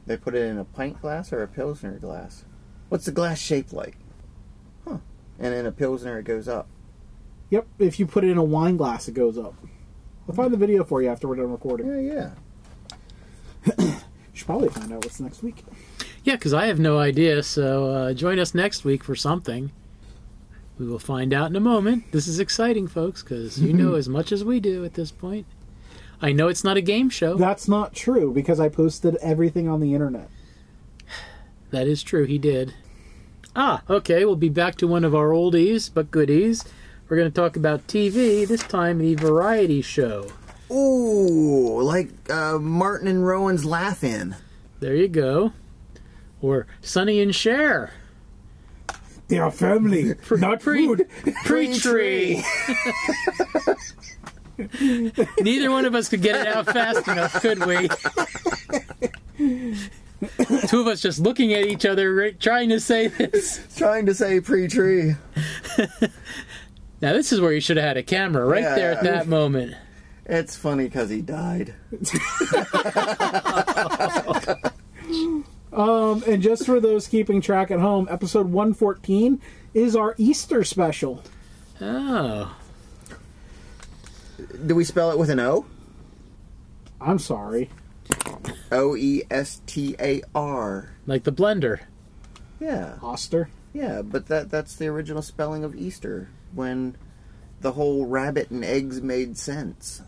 They put it in a pint glass or a pilsner glass. What's the glass shape like? Huh. And in a pilsner, it goes up.
Yep, if you put it in a wine glass, it goes up. I'll find the video for you after we're done recording.
Yeah, yeah.
Should probably find out what's next week.
Yeah, because I have no idea, so uh, join us next week for something. We will find out in a moment. This is exciting, folks, because you know as much as we do at this point. I know it's not a game show.
That's not true because I posted everything on the internet.
That is true. He did. Ah, okay. We'll be back to one of our oldies but goodies. We're going to talk about TV. This time, the variety show.
Ooh, like uh, Martin and Rowan's laugh in.
There you go. Or Sonny and Cher.
They are family, not
[LAUGHS] pre-
food.
Pre tree. [LAUGHS] Neither one of us could get it out fast enough, could we? Two of us just looking at each other, right, trying to say this.
Trying to say pre tree.
Now, this is where you should have had a camera, right
Yeah.
there at that moment.
It's funny because he died.
Um, and just for those keeping track at home, episode 114 is our Easter special.
Oh.
Do we spell it with an O?
I'm sorry.
O E S T A R.
like the blender.
Yeah.
Oster.
Yeah, but that that's the original spelling of Easter when the whole rabbit and eggs made sense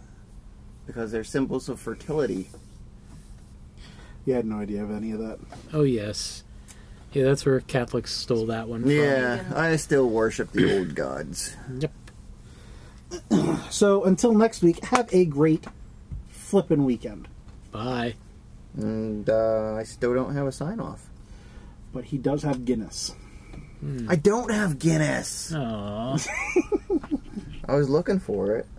because they're symbols of fertility.
You had no idea of any of that.
Oh yes, yeah, that's where Catholics stole that one. From.
Yeah, I still worship the old [COUGHS] gods.
Yep.
So until next week, have a great flippin' weekend.
Bye.
And uh, I still don't have a sign off.
But he does have Guinness.
Hmm. I don't have Guinness.
Aww.
I was looking for it.